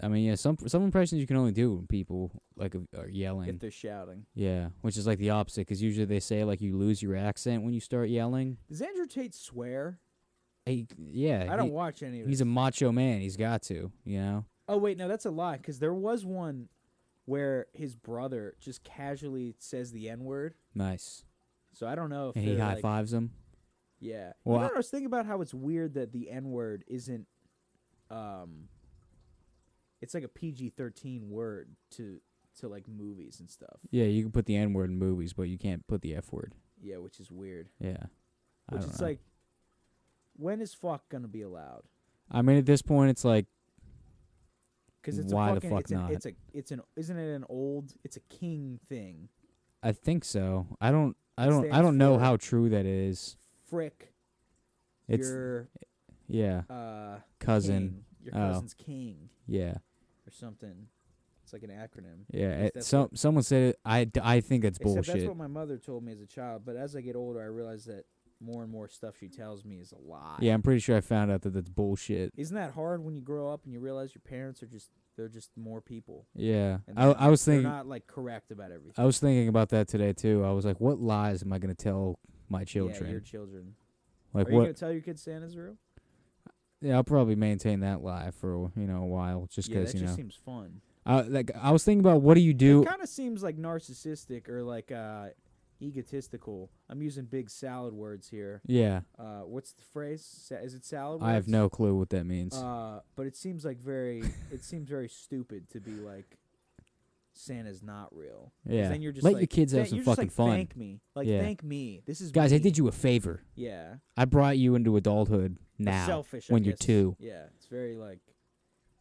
A: I mean, yeah, some some impressions you can only do when people like are
B: If
A: yelling.
B: they're shouting.
A: Yeah, which is like the opposite because usually they say like you lose your accent when you start yelling.
B: Does Andrew Tate swear?
A: He, yeah,
B: I don't
A: he-
B: watch any of
A: he's
B: this.
A: a macho man. He's got to, you know.
B: oh wait, no, that's a lie. Because there was one where his brother just casually says the N word.
A: Nice.
B: So I don't know if
A: And he
B: they're,
A: high
B: like-
A: fives him.
B: Yeah.
A: Well,
B: you know
A: I-
B: what I was thinking about how it's weird that the N word isn't um it's like a PG thirteen word to to like movies and stuff.
A: Yeah, you can put the N word in movies, but you can't put the F word.
B: Yeah, which is weird.
A: Yeah. I
B: Which
A: don't
B: is
A: know.
B: like when is fuck gonna be allowed?
A: I mean, at this point, it's like
B: Because it's
A: Why
B: a
A: the
B: fucking
A: fuck
B: it's, an,
A: not?
B: it's a it's an isn't it an old it's a king thing.
A: I think so. I don't. I don't I
B: stands
A: don't know
B: for-
A: how true that is.
B: Frick
A: It's
B: your
A: yeah,
B: uh,
A: cousin.
B: king. Your
A: Oh.
B: cousin's king
A: Yeah.
B: or something. It's like an acronym.
A: Yeah,
B: least
A: it,
B: that's
A: some someone said it. I, d- I think it's
B: Except
A: bullshit.
B: that's what my mother told me as a child. But as I get older, I realize that more and more stuff she tells me is a lie.
A: yeah, I'm pretty sure I found out that that's bullshit.
B: Isn't that hard when you grow up and you realize your parents are just they're just more people.
A: Yeah,
B: And
A: I, I was
B: they're
A: thinking
B: not like correct about everything.
A: I was thinking about that today too. I was like, what lies am I gonna tell my
B: Yeah, your
A: children?
B: children.
A: like
B: are you
A: what?
B: gonna tell your kids Santa's real?
A: yeah, I'll probably maintain that lie for you know a while, just
B: yeah,
A: because
B: that
A: you know.
B: just seems fun.
A: I, like I was thinking about what do you do?
B: It kind of seems like narcissistic or like uh, egotistical. I'm using big salad words here.
A: Yeah,
B: Uh, what's the phrase? Sa- Is it salad? Words?
A: I have no clue what that means.
B: Uh, but it seems like very. it seems very stupid to be like. Santa's not real. 'Cause
A: Yeah.
B: Then you're just
A: Let
B: like,
A: your kids have
B: "Thank-
A: some
B: you're just
A: fucking
B: like,
A: fun."
B: Thank me. Like
A: Yeah.
B: thank me. This is
A: Guys, I
B: me."
A: did you a favor.
B: Yeah.
A: I brought you into adulthood now.
B: Selfish. I
A: when you're
B: guess.
A: two.
B: Yeah. It's very like.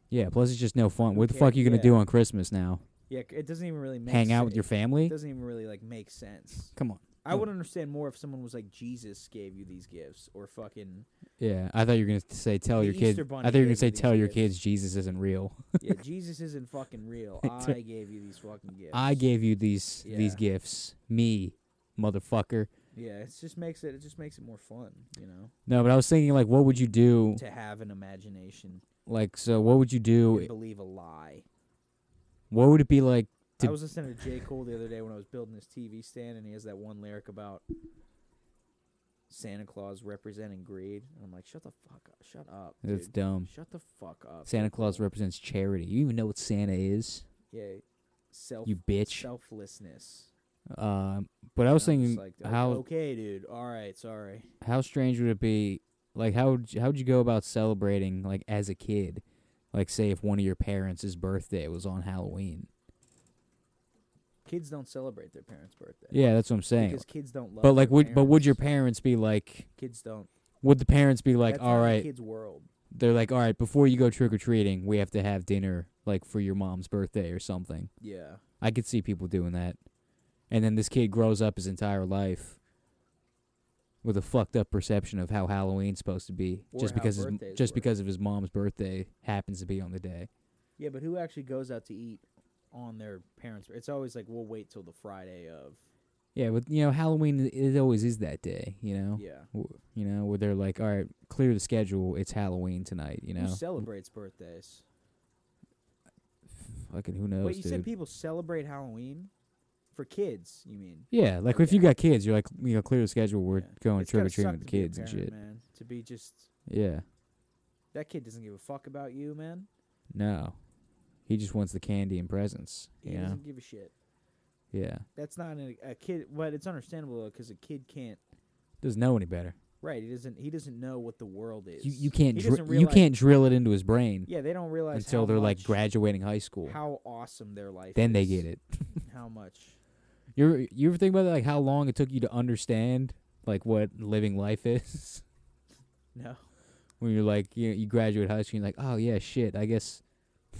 A: Yeah. Plus, it's just no fun.
B: Who
A: What the fuck
B: cares?
A: are you gonna
B: Yeah.
A: do on Christmas now?
B: Yeah. c- It doesn't even really make
A: Hang out
B: sense.
A: with your
B: It
A: family?
B: doesn't even really like make sense.
A: Come on.
B: I would understand more if someone was like Jesus gave you these gifts or fucking
A: Yeah, I thought you were gonna say tell
B: The
A: your kids.
B: Easter
A: I thought
B: Bunny
A: you were
B: gave
A: gonna
B: me
A: say
B: these
A: tell your
B: gifts.
A: kids Jesus isn't real.
B: yeah, Jesus isn't fucking real. I gave you these fucking gifts.
A: I gave you these these
B: Yeah.
A: gifts, me, motherfucker.
B: Yeah, it just makes it it just makes it more fun, you know,
A: No, but I was thinking like, what would you do?
B: to have an imagination
A: Like, so what would you do?
B: and believe a lie.
A: What would it be like?
B: I
A: to-
B: was listening to J. Cole the other day when I was building this TV stand, and he has that one lyric about Santa Claus representing greed, and I'm like, shut the fuck up, shut up,
A: That's
B: dude.
A: dumb.
B: shut the fuck up.
A: Santa
B: J.
A: Claus
B: Cole.
A: represents charity. You even know what Santa is,
B: yeah, self,
A: you bitch.
B: selflessness.
A: Um, but I was
B: And I'm
A: thinking
B: just like, "Oh,
A: how
B: okay, dude. All right, sorry.
A: how strange would it be? Like, how would you- how would you go about celebrating like as a kid? Like, say if one of your parents' birthday was on Halloween.
B: Kids don't celebrate their parents' birthday.
A: Yeah, that's what I'm saying.
B: because kids don't love.
A: But like,
B: their
A: would but would your parents
B: parents.
A: be like?
B: kids don't
A: Would the parents be like,
B: That's not
A: all
B: the
A: right?
B: kids' world.
A: They're like, all right, before you go trick or treating, we have to have dinner like for your mom's birthday or something.
B: Yeah,
A: I could see people doing that, and then this kid grows up his entire life with a fucked up perception of how Halloween's supposed to be,
B: Or
A: just
B: how
A: because his,
B: birthdays
A: just
B: work.
A: because of his mom's birthday happens to be on the day.
B: yeah. But who actually goes out to eat on their parents' It's always like we'll wait till the Friday of.
A: Yeah, but you know, Halloween i- it always is that day. You know.
B: Yeah.
A: W- You know, where they're like, all right, clear the schedule. It's Halloween tonight. You know,
B: Who celebrates birthdays?
A: fucking who knows,
B: Wait, you
A: dude.
B: said people celebrate Halloween for kids? You mean?
A: Yeah, like if you
B: Okay.
A: got kids, you're like, you know, clear the schedule. We're
B: Yeah.
A: going
B: It's
A: trick
B: gotta
A: or treating
B: suck
A: with the
B: to be a
A: kids and
B: parent,
A: shit.
B: Man, to be just
A: Yeah,
B: that kid doesn't give a fuck about you, man.
A: no, he just wants the candy and presents.
B: He
A: You know,
B: doesn't give a shit.
A: yeah,
B: That's not a, a kid, but it's understandable because a kid can't.
A: doesn't know any better.
B: Right, he doesn't. He doesn't know what the world is.
A: You you can't
B: He
A: dri-
B: doesn't
A: you
B: realize-
A: can't drill it into his brain
B: Yeah, they don't realize
A: until
B: how
A: they're like
B: much-
A: graduating high school.
B: how awesome their life.
A: Then they
B: is,
A: get it.
B: How much?
A: You you ever think about like how long it took you to understand like what living life is
B: No.
A: when you're like you you graduate high school? You're like, oh yeah, shit. I guess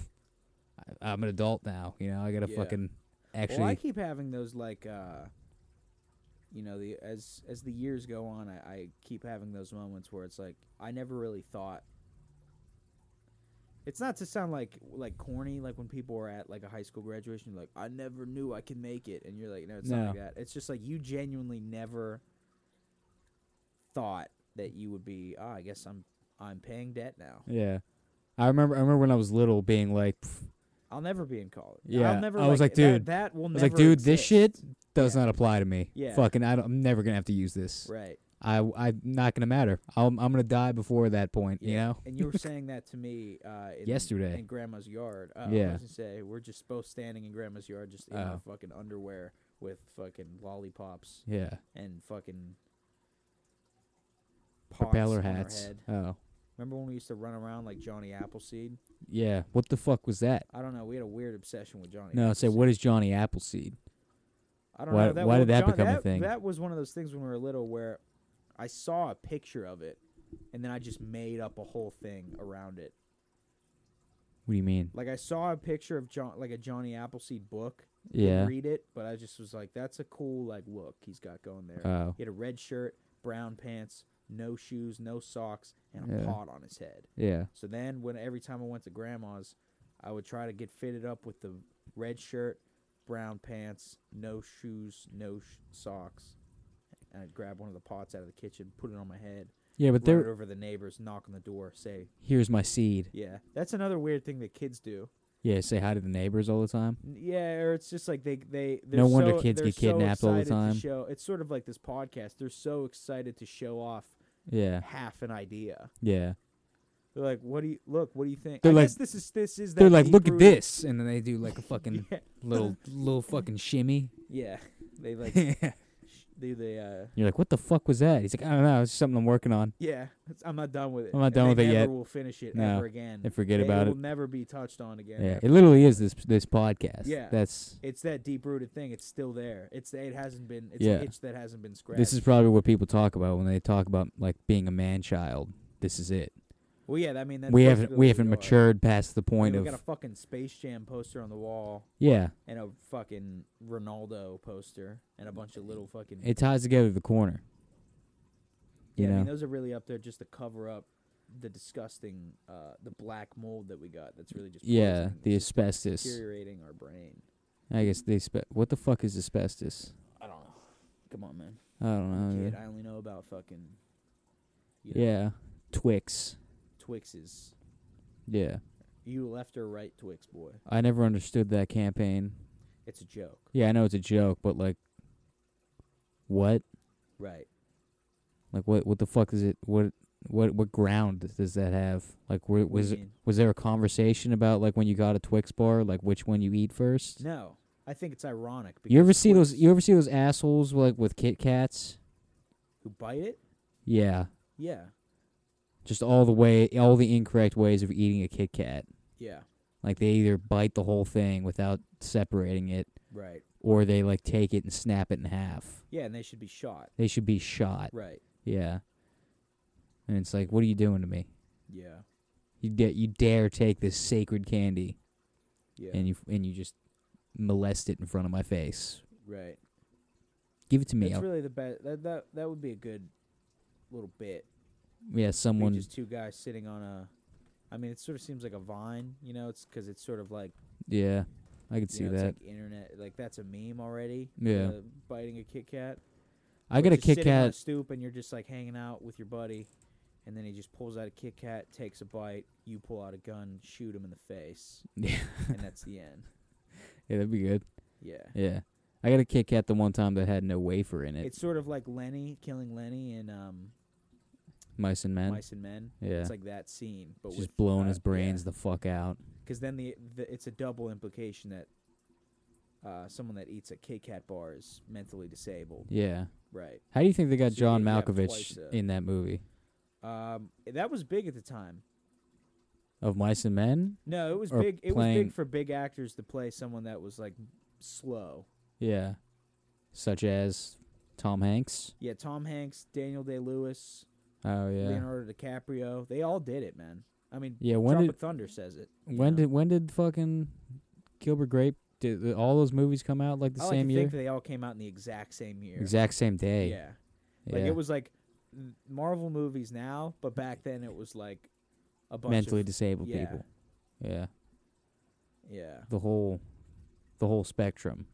A: I, I'm an adult now. You know, I gotta
B: Yeah.
A: fucking actually.
B: well, I keep having those like, uh you know, the as as the years go on, I, I keep having those moments where it's like I never really thought. It's not to sound like like corny, like when people are at like a high school graduation, like I never knew I could make it, and you're like, no, it's not like
A: No.
B: that. It's just like you genuinely never thought that you would be. Oh, I guess I'm I'm paying debt now.
A: Yeah. I remember I remember when I was little being like pff,
B: I'll never be in college.
A: Yeah,
B: I'll never,
A: I was like,
B: that-
A: dude,
B: that, will
A: I
B: never.
A: was like, dude, this
B: exist."
A: shit does
B: Yeah.
A: not apply to me.
B: Yeah.
A: Fucking I don't, I'm never going to have to use this.
B: Right.
A: I I'm not going to matter. I'm I'm going to die before that point, you
B: Yeah.
A: know?
B: And you were saying that to me uh, in,
A: Yesterday.
B: in Grandma's yard. Uh, I
A: Yeah. Oh.
B: was gonna say we're just both standing in Grandma's yard, just in our fucking underwear with fucking lollipops
A: Yeah.
B: and fucking pots
A: Propeller
B: on our
A: hats.
B: head.
A: Oh.
B: Remember when we used to run around like Johnny Appleseed?
A: Yeah. What the fuck was that?
B: I don't know. We had a weird obsession with Johnny.
A: No, say
B: Appleseed.
A: what is Johnny Appleseed?
B: I don't
A: Why-
B: know. That
A: why
B: wa-
A: did that
B: John-
A: become a
B: that-
A: thing?
B: That was one of those things when we were little where I saw a picture of it, and then I just made up a whole thing around it.
A: What do you mean?
B: Like I saw a picture of John, like a Johnny Appleseed book, Didn't
A: Yeah.
B: read it, but I just was like, that's a cool like look he's got going there.
A: Oh.
B: He had a red shirt, brown pants, no shoes, no socks, and a
A: Yeah.
B: pot on his head.
A: Yeah.
B: So then, when every time I went to grandma's, I would try to get fitted up with the red shirt, brown pants, no shoes, no sh- socks, and I'd grab one of the pots out of the kitchen, put it on my head,
A: Yeah, but
B: run it
A: there.
B: over the neighbors, knock on the door, say,
A: Here's my seed.
B: "Yeah." That's another weird thing that kids do.
A: Yeah, say hi to the neighbors all the time.
B: N- Yeah, or it's just like they they.
A: No
B: they're
A: wonder
B: so-
A: kids
B: they're
A: get
B: so
A: kidnapped all the
B: excited to
A: time.
B: Show, it's sort of like this podcast. They're so excited to show off
A: Yeah.
B: half an idea.
A: Yeah.
B: They're like, "What do you look? What do you think?"
A: They're
B: I
A: like-
B: guess this is this is.
A: They're
B: that
A: like, look at
B: deep-rooted-
A: this, and then they do like a fucking
B: Yeah.
A: little little fucking shimmy.
B: Yeah, they like sh- do the uh,
A: You're like, what the fuck was that? He's like, I don't know. It's just something I'm working on.
B: yeah. It's, I'm not done with it.
A: I'm not
B: And
A: done
B: they
A: with it
B: never
A: yet.
B: Will finish it
A: No,
B: ever again.
A: and forget
B: They-
A: about
B: It
A: it.
B: will never be touched on again.
A: Yeah.
B: after-
A: It literally is this this podcast.
B: Yeah.
A: That's
B: It's that deep rooted thing. It's still there. It's it hasn't been. It's
A: Yeah.
B: an itch that hasn't been scratched.
A: this is probably what people talk about when they talk about like being a man child. This is it.
B: well, yeah. I mean, that's
A: we haven't
B: basically
A: we
B: what
A: haven't
B: are.
A: matured past the
B: I mean,
A: point
B: we
A: of
B: got a fucking Space Jam poster on the wall
A: yeah.
B: and a fucking Ronaldo poster and a bunch of little fucking.
A: It ties together the corner. You
B: yeah, I mean,
A: know.
B: those are really up there just to cover up the disgusting, uh, the black mold that we got. That's really just
A: Yeah,
B: poisoning
A: the
B: It's just
A: asbestos.
B: deteriorating our brain.
A: I guess they spe- what the fuck is asbestos?
B: I don't know. Come on, man.
A: I don't know.
B: Kid,
A: dude.
B: I only know about fucking. You know,
A: Yeah. Twix.
B: Twixes.
A: Yeah.
B: You left or right, Twix boy.
A: I never understood that campaign.
B: It's a joke,
A: Yeah, I know it's a joke, but like what?
B: right?
A: Like what what the fuck is it what what what ground does that have? Like where,
B: What do
A: was
B: you
A: it,
B: mean?
A: was there a conversation about like when you got a Twix bar, like which one you eat first?
B: No, I think it's ironic. Because
A: you ever see those e
B: Twix-
A: you ever see those assholes like with Kit Kats?
B: who bite it?
A: Yeah.
B: Yeah,
A: Just all the way all the incorrect ways of eating a Kit Kat.
B: yeah,
A: Like they either bite the whole thing without separating it
B: right.
A: or they like take it and snap it in half.
B: Yeah, and they should be shot.
A: They should be shot.
B: Right.
A: Yeah. And it's like, what are you doing to me?
B: Yeah.
A: You da- you dare take this sacred candy
B: Yeah.
A: and you and you just molest it in front of my face.
B: right.
A: Give it to me.
B: That's
A: I'll-
B: really the best. That that that would be a good little bit.
A: yeah,
B: Be
A: someone.
B: just two guys sitting on a. I mean, it sort of seems like a vine. You know, it's because it's sort of like.
A: Yeah, I could
B: you
A: see
B: know,
A: that.
B: It's like internet, like that's a meme already.
A: Yeah.
B: uh, biting a Kit Kat.
A: I
B: Or
A: got a
B: just
A: Kit
B: sitting on
A: Kat.
B: stoop, and you're just like hanging out with your buddy, and then he just pulls out a Kit Kat, takes a bite. You pull out a gun, shoot him in the face,
A: yeah,
B: and that's the end.
A: that'd be good.
B: Yeah.
A: Yeah, I got a Kit Kat the one time that had no wafer in it.
B: It's sort of like Lenny killing Lenny and um,
A: mice and men.
B: Mice and Men.
A: yeah,
B: It's like that scene, but
A: just
B: with,
A: blowing
B: uh,
A: his brains the fuck out.
B: Because then the, the it's a double implication that uh, someone that eats a Kit Kat bar is mentally disabled,
A: Yeah.
B: right?
A: How do you think they got
B: So you
A: John
B: have
A: Malkovich
B: twice a-
A: in that movie
B: Um, that was big at the time.
A: of Mice and Men?
B: No, it was
A: Or
B: big. It was
A: playing-
B: big for big actors to play someone that was like slow.
A: Yeah, such as Tom Hanks.
B: Yeah, Tom Hanks, Daniel Day Lewis,
A: Oh yeah.
B: Leonardo DiCaprio, they all did it, man. I mean,
A: Yeah, when
B: When Drop
A: did-
B: of Thunder says it. you
A: When
B: know?
A: did when did fucking Gilbert Grape did th- all those movies come out like the
B: I like
A: same
B: to
A: year?
B: think they all came out in the exact same year.
A: Exact same day.
B: Yeah. Like
A: Yeah.
B: it was like m- Marvel movies now, but back then it was like a bunch
A: mentally
B: of
A: disabled
B: yeah.
A: people. Yeah.
B: yeah,
A: The whole the whole spectrum.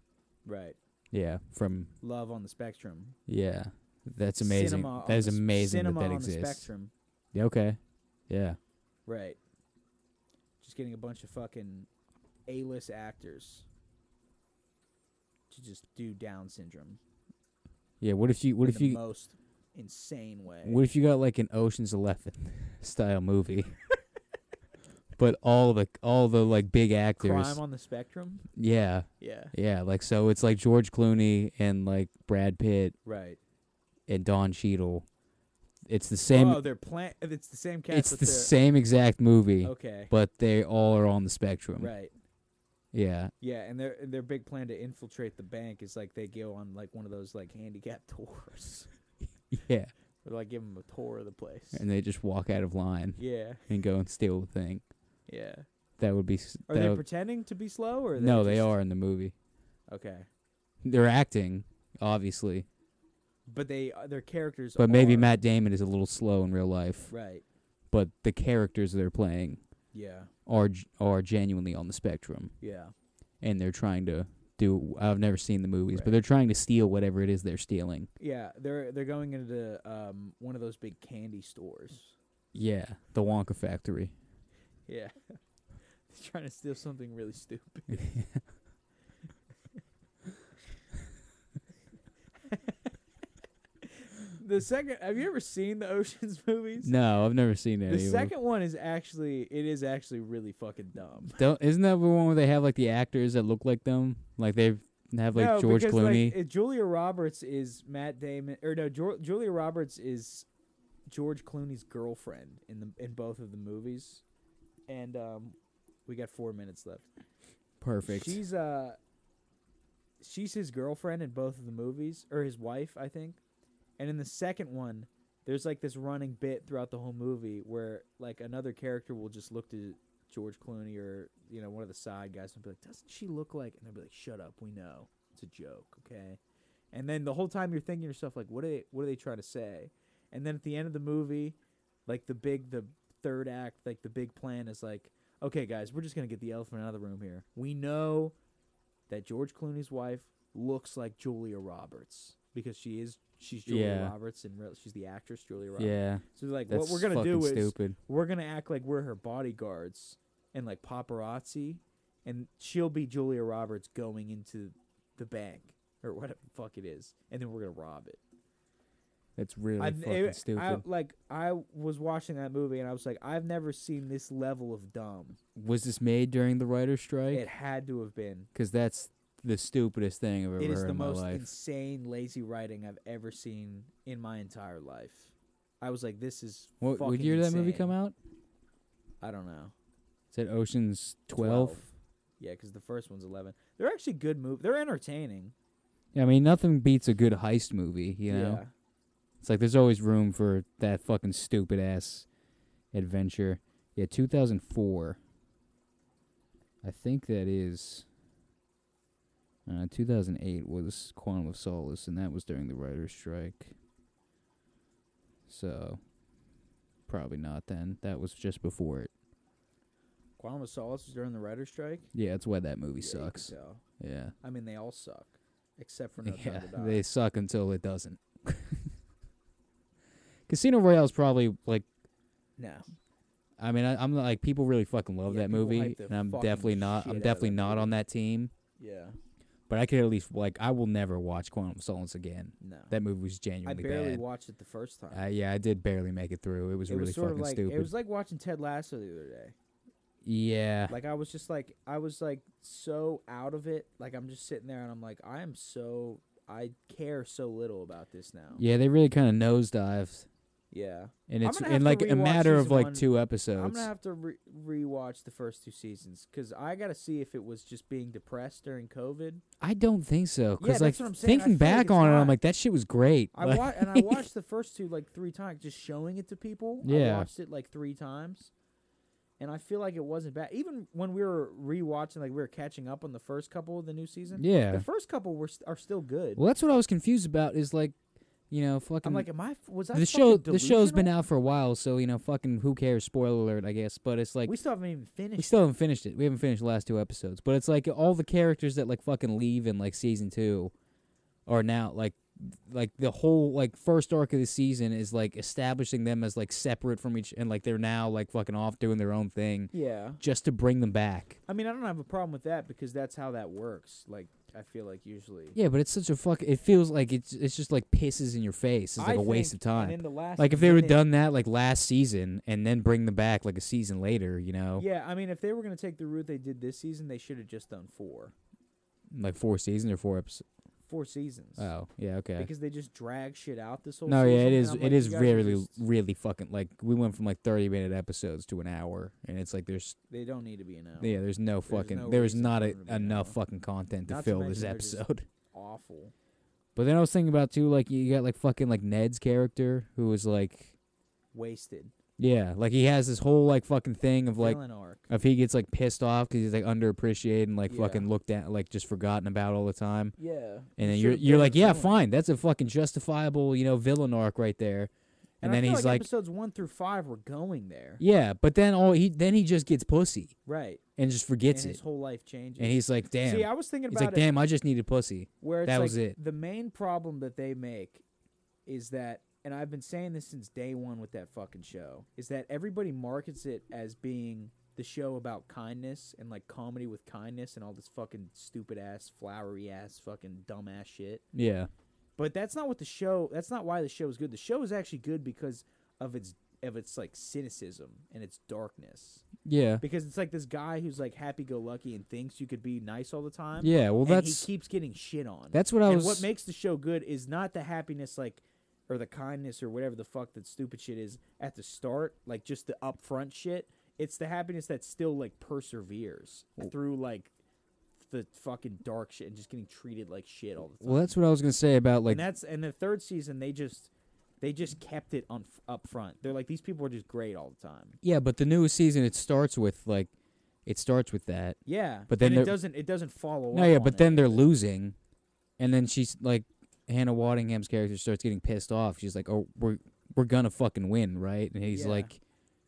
B: right.
A: Yeah, from
B: Love on the spectrum.
A: yeah. That's amazing.
B: Cinema on
A: that is
B: the s-
A: amazing that
B: Cinema
A: that
B: on the
A: exists.
B: spectrum.
A: Yeah, okay. Yeah.
B: Right. Just getting a bunch of fucking A-list actors to just do Down syndrome.
A: Yeah, what if you what
B: in
A: if
B: the eh.
A: you
B: most insane way?
A: what if you got like an Ocean's 11 style movie? but all the all the like big actors.
B: Crime on the spectrum?
A: yeah.
B: Yeah.
A: Yeah, like so it's like George Clooney and like Brad Pitt
B: Right.
A: and Don Cheadle. It's the same.
B: Oh, they're plan. It's the same cast.
A: it's
B: but
A: the
B: they're-
A: same exact movie,
B: Okay.
A: but they all are on the spectrum.
B: Right.
A: Yeah.
B: Yeah, and their their big plan to infiltrate the bank is like they go on like one of those like handicapped tours,
A: Yeah.
B: or like give them a tour of the place.
A: And they just walk out of line
B: yeah.
A: and go and steal the thing.
B: Yeah.
A: That would be. s-
B: Are
A: that
B: they
A: would-
B: pretending to be slow or
A: no, they
B: just-
A: are in the movie.
D: Okay.
A: They're acting, obviously,
B: but they uh, their characters.
A: but maybe
B: are-
A: Matt Damon is a little slow in real life.
B: Right.
A: But the characters they're playing
B: Yeah.
A: are g- are genuinely on the spectrum,
B: Yeah.
A: and they're trying to do. I've never seen the movies,
B: Right.
A: but they're trying to steal whatever it is they're stealing.
B: Yeah. They're they're going into um one of those big candy stores.
A: Yeah, the Wonka factory.
B: Yeah. they're trying to steal something really stupid. The second, have you ever seen the Ocean's movies?
A: No, I've never seen
B: The
A: any. of them.
B: second one is actually it is actually really fucking dumb.
A: Don't, isn't that the one where they have like the actors that look like them? Like they have like
B: no,
A: George
B: because, like,
A: Clooney.
B: uh, Julia Roberts is Matt Damon, or no, Jor- Julia Roberts is George Clooney's girlfriend in the in both of the movies, and um, we got four minutes left.
A: Perfect.
B: She's uh, she's his girlfriend in both of the movies, or his wife, I think. And in the second one, there's like this running bit throughout the whole movie where like another character will just look to George Clooney or you know one of the side guys and be like, "Doesn't she look like?" And they'll be like, "Shut up, we know it's a joke, okay." And then the whole time you're thinking to yourself like, "What are they? What are they trying to say?" And then at the end of the movie, like the big the third act, like the big plan is like, "Okay, guys, we're just gonna get the elephant out of the room here. We know that George Clooney's wife looks like Julia Roberts because she is she's Julia
A: Yeah.
B: Roberts and real she's the actress Julia Roberts.
A: yeah,
B: So like,
A: that's
B: what we're gonna
A: fucking
B: do is
A: stupid.
B: we're gonna act like we're her bodyguards and like paparazzi, and she'll be Julia Roberts going into the bank or whatever the fuck it is, and then we're gonna rob it.
A: That's really
B: I-
A: fucking
B: it- I-
A: stupid.
B: like I was watching that movie and I was like, I've never seen this level of dumb.
A: was this made during the writer's
B: It
A: strike?
B: had to have been.
A: Because that's the stupidest thing I've ever
B: It is
A: heard
B: the
A: in my
B: most
A: life.
B: insane lazy writing I've ever seen in my entire life. I was like, this is
A: what what
B: fucking
A: year did that movie come
B: insane.
A: out?
B: I don't know.
A: Is that Ocean's Twelve?
B: Yeah, because the first one's eleven. They're actually good movies. They're entertaining.
A: I mean, nothing beats a good heist movie. You know,
B: Yeah.
A: it's like there's always room for that fucking stupid ass adventure. Yeah, 2004. I think that is. Uh, 2008 was Quantum of Solace, and that was during the writer's strike. So, probably not then. That was just before it.
B: Quantum of Solace was during the writer's strike.
A: Yeah, that's why that movie
B: Yeah, you could
A: sucks.
B: tell.
A: Yeah.
B: I mean, they all suck, except for No
A: yeah,
B: Time to Die.
A: they suck until it doesn't. Casino Royale is probably like
B: no,
A: I mean I, I'm like people really fucking love
B: Yeah,
A: that
B: people
A: movie,
B: hype the
A: and I'm
B: fucking
A: definitely not.
B: shit out
A: I'm
B: of
A: definitely
B: that
A: not
B: movie.
A: on that team.
B: yeah,
A: But I could at least like I will never watch Quantum of Solace again.
B: no.
A: That movie was
B: I
A: genuinely
B: barely
A: bad.
B: watched it the first time.
A: uh, yeah, I did barely make it through. It was
B: it
A: really
B: was sort
A: fucking
B: of like
A: stupid.
B: it was like watching Ted Lasso the other day.
A: yeah,
B: Like I was just like I was like so out of it. Like I'm just sitting there and I'm like I am so I care so little about this now.
A: yeah, they really kind of nosedived,
B: Yeah.
A: and
B: I'm
A: it's
B: gonna
A: in
B: have to
A: like a
B: rewatch
A: matter of
B: season
A: like
B: one.
A: two
B: I'm
A: episodes.
B: gonna have to re- rewatch the first two seasons because I gotta see if it was just being depressed during COVID.
A: I don't think so
B: Yeah,
A: because like
B: that's what I'm saying. I
A: thinking
B: feel like
A: back
B: it's
A: on it, I'm
B: not.
A: like that shit was great.
B: I
A: Like-
B: wa- and I watched the first two like three times, just showing it to people.
A: Yeah.
B: I watched it like three times, and I feel like it wasn't bad. Even when we were rewatching, like we were catching up on the first couple of the new season.
A: yeah,
B: the first couple were st- are still good.
A: Well, that's what I was confused about. Is like, you know, fucking.
B: I'm like, am I? f- Was I?
A: the show.
B: fucking
A: The show's been
B: delusional?
A: out for a while, so you know, fucking. Who cares? Spoiler alert, I guess. But it's like
B: we
A: we,
B: still haven't even finished.
A: still haven't finished it. We haven't finished the last two episodes. But it's like all the characters that like fucking leave in like season two, are now like, like the whole like first arc of the season is like establishing them as like separate from each, and like they're now like fucking off doing their own thing,
B: yeah.
A: just to bring them back.
B: I mean, I don't have a problem with that because that's how that works. Like, I feel like usually.
A: Yeah, but it's such a fuck. It feels like it's it's just like pisses in your face. It's
B: I
A: like a waste of
B: think-
A: time.
B: And in the last
A: Like if they were
B: minute-
A: done that like last season and then bring them back like a season later, you know,
B: Yeah, I mean, if they were going to take the route they did this season, they should have just done four,
A: like four seasons or four episodes.
B: four seasons.
A: Oh, yeah, okay.
B: Because they just drag shit out this whole.
A: No, yeah,
B: season,
A: it
B: and
A: is.
B: I'm like,
A: it is
B: you guys are
A: really,
B: just-
A: really fucking like we went from like thirty minute episodes to an hour, and it's like there's
B: they don't need to be an hour.
A: yeah, there's no fucking
B: no
A: there is
B: reason
A: not
B: for
A: a,
B: it to be an
A: enough
B: hour.
A: fucking content to
B: Not to
A: fill this
B: mention they're just-
A: episode.
B: awful.
A: But then I was thinking about too, like you got like fucking like Ned's character who was like
B: Wasted.
A: Yeah, like he has this whole like fucking thing of like
B: villain arc.
A: if he gets like pissed off because he's like underappreciated and like
B: Yeah.
A: fucking looked at like just forgotten about all the time.
B: Yeah.
A: And then you're you're like, yeah, fine, that's a fucking justifiable you know villain arc right there. And,
B: I
A: then
B: feel
A: he's like,
B: episodes one through five were going there.
A: yeah, but then all he then he just gets pussy
B: Right.
A: and just forgets
B: and
A: it.
B: his whole life changes.
A: And he's like, damn.
B: See, I was thinking
A: he's
B: about
A: like,
B: it
A: damn, I just needed pussy.
B: where it's
A: that
B: like
A: was it.
B: the main problem that they make is that and I've been saying this since day one with that fucking show, is that everybody markets it as being the show about kindness and like comedy with kindness and all this fucking stupid ass, flowery ass, fucking dumbass shit.
A: Yeah,
B: But that's not what the show. That's not why the show is good. The show is actually good because of its of its like cynicism and its darkness.
A: yeah,
B: Because it's like this guy who's like happy go lucky and thinks you could be nice all the time.
A: yeah. Well,
B: and
A: that's
B: he keeps getting shit on.
A: that's what I
B: and
A: was.
B: what makes the show good is not the happiness like or the kindness or whatever the fuck that stupid shit is at the start, like just the upfront shit. It's the happiness that still like perseveres through like the fucking dark shit and just getting treated like shit all the time
A: well, that's what I was gonna say about like
B: and that's and the third season they just they just kept it on f- up front. They're like these people are just great all the time.
A: yeah, but the newest season it starts with like it starts with that.
B: Yeah,
A: But then
B: and
A: they're-
B: it doesn't it doesn't follow.
A: No,
B: up
A: yeah,
B: on
A: but
B: it.
A: then they're losing, and then she's like, Hannah Waddingham's character starts getting pissed off. She's like, "Oh, we're we're gonna fucking win, right?" And he's
B: Yeah.
A: like,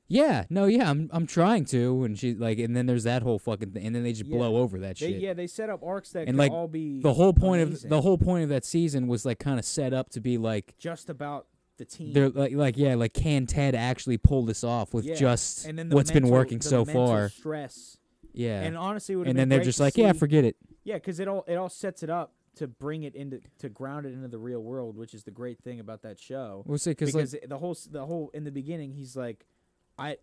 A: "Yeah, no, yeah, I'm I'm trying to." And she like, and then there's that whole fucking thing, and then they just
B: Yeah.
A: blow over that
B: they,
A: shit.
B: yeah they set up arcs that
A: And,
B: can
A: like,
B: all be
A: The whole point of the
B: amazing.
A: whole point of that season was like kind of set up to be like
B: just about the team.
A: they're like like yeah like can Ted actually pull this off with
B: Yeah.
A: just
B: and then the
A: what's been
B: mental-
A: working
B: the
A: so
B: mental
A: far
B: Stress
A: yeah
B: and honestly, it would've
A: and
B: been
A: then they're
B: great
A: just
B: to
A: like yeah
B: see-
A: forget it
B: yeah, because it all it all sets it up to bring it into to ground it into the real world, which is the great thing about that show.
A: we'll see because like
B: because the whole the whole in the beginning he's like i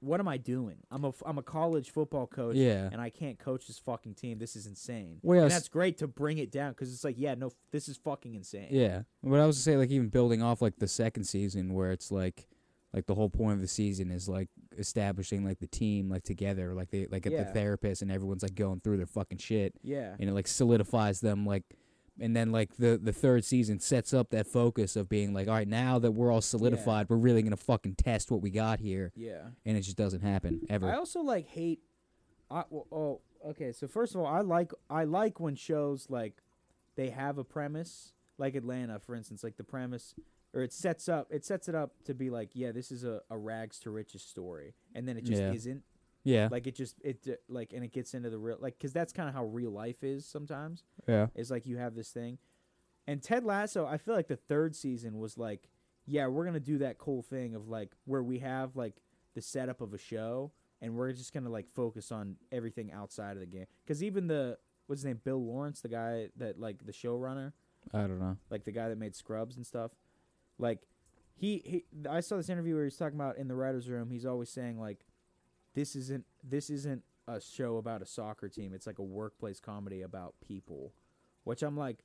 B: what am i doing i'm a f- i'm a college football coach
A: Yeah.
B: and i can't coach this fucking team this is insane
A: Well, yeah,
B: And
A: s-
B: that's great to bring it down because it's like yeah no f- this is fucking insane
A: Yeah, but I was gonna say like even building off like the second season where it's like, like the whole point of the season is like establishing like the team like together like they like at the
B: Yeah.
A: therapist and everyone's like going through their fucking shit
B: yeah
A: and it like solidifies them like, and then like the the third season sets up that focus of being like all right now that we're all solidified we're really gonna fucking test what we got here
B: yeah
A: and it just doesn't happen ever.
B: i also like hate i well, oh okay so first of all i like i like when shows like they have a premise like atlanta for instance like the premise or it sets up it sets it up to be like yeah this is a, a rags to riches story and then it just
A: Yeah.
B: isn't
A: yeah,
B: like it just it d- like and it gets into the real like because that's kind of how real life is sometimes
A: yeah,
B: is like you have this thing and ted lasso i feel like the third season was like yeah we're gonna do that cool thing of like where we have like the setup of a show and we're just gonna like focus on everything outside of the game because even the what's his name bill lawrence the guy that like the showrunner
A: I don't know.
B: like the guy that made Scrubs and stuff. Like he, he I saw this interview where he's talking about in the writers' room. He's always saying like, this isn't this isn't a show about a soccer team. It's like a workplace comedy about people, which I'm like.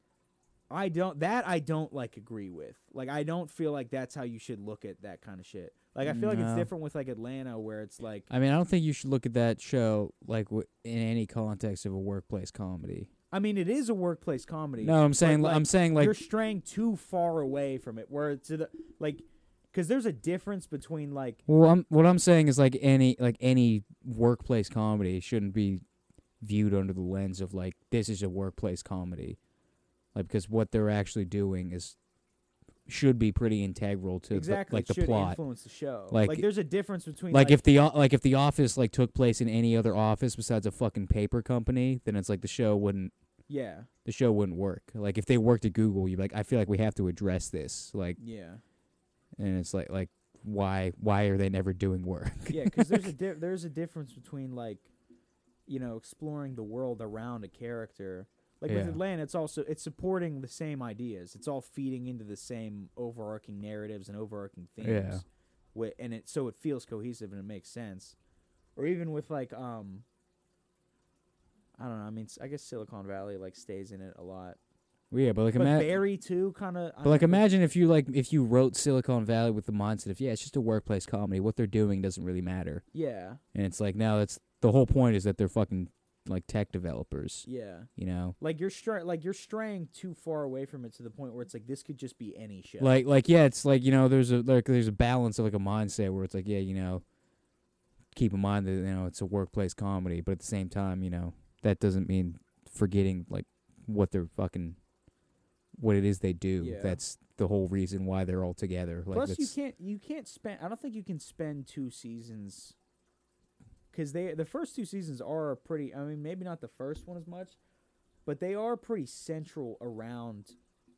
B: I don't that I don't like agree with. Like I don't feel like that's how you should look at that kind of shit. Like I feel like it's
A: No.
B: different with like Atlanta where it's like
A: I mean I don't think you should look at that show like w- in any context of a workplace comedy.
B: I mean it is a workplace comedy.
A: No, I'm
B: but,
A: saying I'm saying like
B: you're straying too far away from it. Where to the like, because there's a difference between like
A: Well, I'm what I'm saying is like any like any workplace comedy shouldn't be viewed under the lens of like this is a workplace comedy, like because what they're actually doing is should be pretty integral to
B: exactly
A: the, like
B: it
A: the
B: should
A: plot.
B: influence the show.
A: Like-
B: Like, there's a difference between
A: Like, if the o- like if the office like took place in any other office besides a fucking paper company, then it's like the show wouldn't
B: yeah
A: the show wouldn't work. Like if they worked at Google, you'd be like, I feel like we have to address this. Like
B: yeah
A: and it's like like why why are they never doing work?
B: yeah because there's a di- there's a difference between like you know exploring the world around a character. Like with
A: Yeah.
B: Atlanta, it's also it's supporting the same ideas. It's all feeding into the same overarching narratives and overarching themes.
A: Yeah.
B: Wi- and it so it feels cohesive and it makes sense. Or even with like um I don't know. I mean, s- I guess Silicon Valley like stays in it a lot.
A: yeah, but like
B: But
A: ima-
B: Barry too, kind of.
A: But like, imagine if you like if you wrote Silicon Valley with the mindset of yeah, it's just a workplace comedy. What they're doing doesn't really matter,
B: Yeah,
A: and it's like no, that's the whole point is that they're fucking like tech developers.
B: Yeah.
A: You know,
B: Like you're str- like you're straying too far away from it to the point where it's like this could just be any show.
A: like like yeah, it's like you know, there's a like there's a balance of like a mindset where it's like yeah, you know, keep in mind that you know it's a workplace comedy, but at the same time, you know, that doesn't mean forgetting like what they're fucking what it is they do.
B: Yeah.
A: That's the whole reason why they're all together. Like
B: Plus,
A: that's,
B: you can't you can't spend. I don't think you can spend two seasons because they the first two seasons are pretty. I mean, maybe not the first one as much, but they are pretty central around.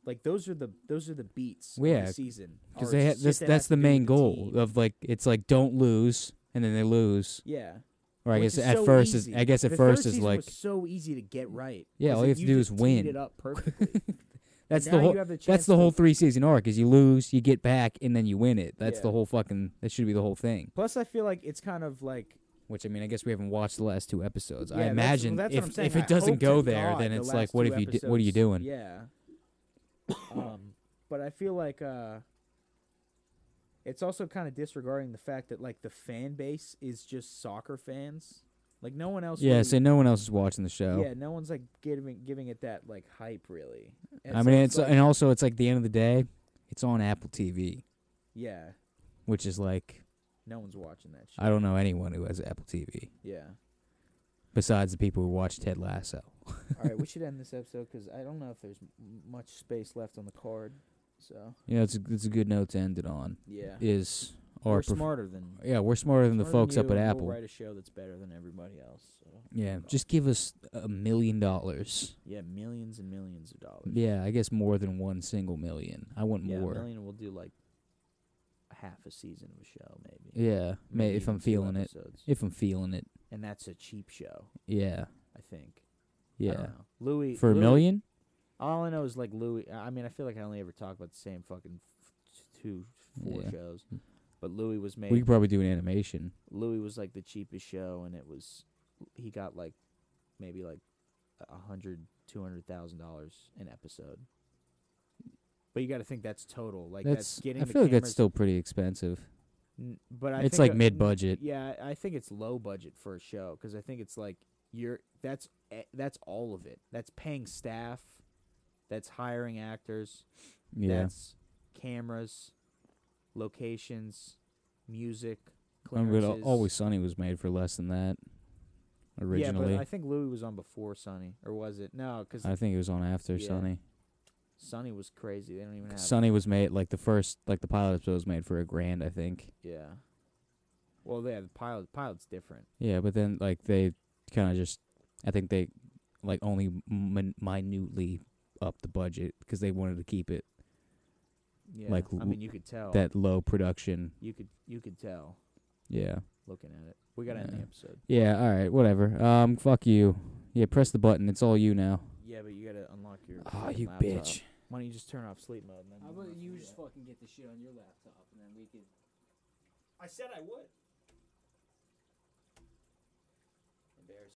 B: Like those are the those are the beats. of the
A: Yeah,
B: season
A: because
B: are
A: they ha-
B: shit
A: that's
B: that
A: that's
B: has
A: the
B: to do
A: main
B: with
A: goal
B: team.
A: of like it's like don't lose and then they lose
B: yeah.
A: or I
B: which
A: guess
B: is
A: at
B: so
A: first
B: easy.
A: is I guess at
B: The
A: first, is
B: season
A: like
B: was so easy to get right.
A: Yeah,
B: 'cause,
A: all you
B: like,
A: have to do is
B: just teed
A: win.
B: It up perfectly.
A: that's the
B: now
A: whole
B: you have the
A: that's
B: chance
A: the whole
B: to-
A: three season arc is you lose you get back and then you win it that's the
B: Yeah.
A: whole fucking that should be the whole thing
B: Plus, I feel like it's kind of like
A: which I mean I guess we haven't watched the last two episodes
B: Yeah,
A: I
B: that's-
A: imagine
B: that's what I'm
A: if
B: saying.
A: if
B: I
A: it doesn't
B: hope to
A: go there
B: God
A: then
B: the
A: it's
B: last
A: like what
B: two
A: if you do, what are you
B: episodes-
A: doing
B: Yeah. um, but I feel like uh, it's also kind of disregarding the fact that like the fan base is just soccer fans. Like no one else.
A: yeah,
B: really-
A: so no one else is watching the show
B: yeah. No one's like giving giving it that like hype really. And
A: I
B: so
A: mean it's uh,
B: like-
A: and also it's like the end of the day it's on Apple TV
B: yeah.
A: which is like
B: No one's watching that shit.
A: I don't know anyone who has Apple TV
B: yeah.
A: besides the people who watch Ted Lasso.
B: All right, we should end this episode because I don't know if there's m- much space left on the card. So
A: You know, it's a, it's a good note to end it on.
B: yeah,
A: Is our
B: we're
A: perf-
B: smarter than
A: yeah we're smarter than the
B: smarter than
A: folks up
B: you,
A: at
B: and we'll
A: Apple.
B: write a show that's better than everybody else. So.
A: Yeah, just give us a million dollars.
B: Yeah, millions and millions of dollars.
A: Yeah, I guess more than one single million. I want
B: Yeah,
A: more.
B: a million will do like half a season of a show, maybe.
A: Yeah, may, if
B: even
A: I'm
B: two
A: feeling it.
B: episodes.
A: If I'm feeling it.
B: and that's a cheap show,
A: Yeah,
B: I think. I
A: yeah.
B: don't know. Louis
A: For a
B: Louis-
A: million?
B: All I know is like Louis. I mean, I feel like I only ever talk about the same fucking f- two, four
A: Yeah.
B: shows. But Louis was made.
A: We could probably do an animation.
B: Louis was like the cheapest show, and it was he got like maybe like a hundred, two hundred thousand dollars an episode. But you got to think that's total. Like that's,
A: that's
B: getting.
A: I
B: the
A: feel like that's
B: cameras-
A: still pretty expensive.
B: N- but I
A: It's
B: think
A: like
B: a-
A: mid-budget.
B: n- Yeah, I think it's low budget for a show because I think it's like you're that's e- that's all of it. That's paying staff, that's hiring actors,
A: Yeah.
B: that's cameras, locations, music.
A: I'm good.
B: clearances.
A: Always Sunny was made for less than that originally.
B: Yeah, but I think Louis was on before Sonny, or was it? No, because
A: I, think it was on after
B: Yeah.
A: Sunny.
B: Sonny was crazy. They don't even have.
A: Sunny was made like the first like the pilot episode was made for a grand, I think.
B: Yeah. Well, yeah, the pilot pilot's different.
A: Yeah, but then like they kind of just, I think they like only min- minutely upped the budget because they wanted to keep it
B: Yeah,
A: Like,
B: I
A: w-
B: mean, you could tell
A: that low production.
B: you could you could tell
A: Yeah,
B: looking at it. We got to end
A: Yeah.
B: the episode.
A: yeah. All right, whatever. Um, fuck you. Yeah, press the button. It's all you now.
B: Yeah, but you got to unlock your.
A: Oh,
B: fucking
A: you
B: laptop.
A: bitch.
B: Why don't you just turn off sleep mode? And then
A: fucking get the shit on your laptop and then we could.
B: I said I would. Embarrassing.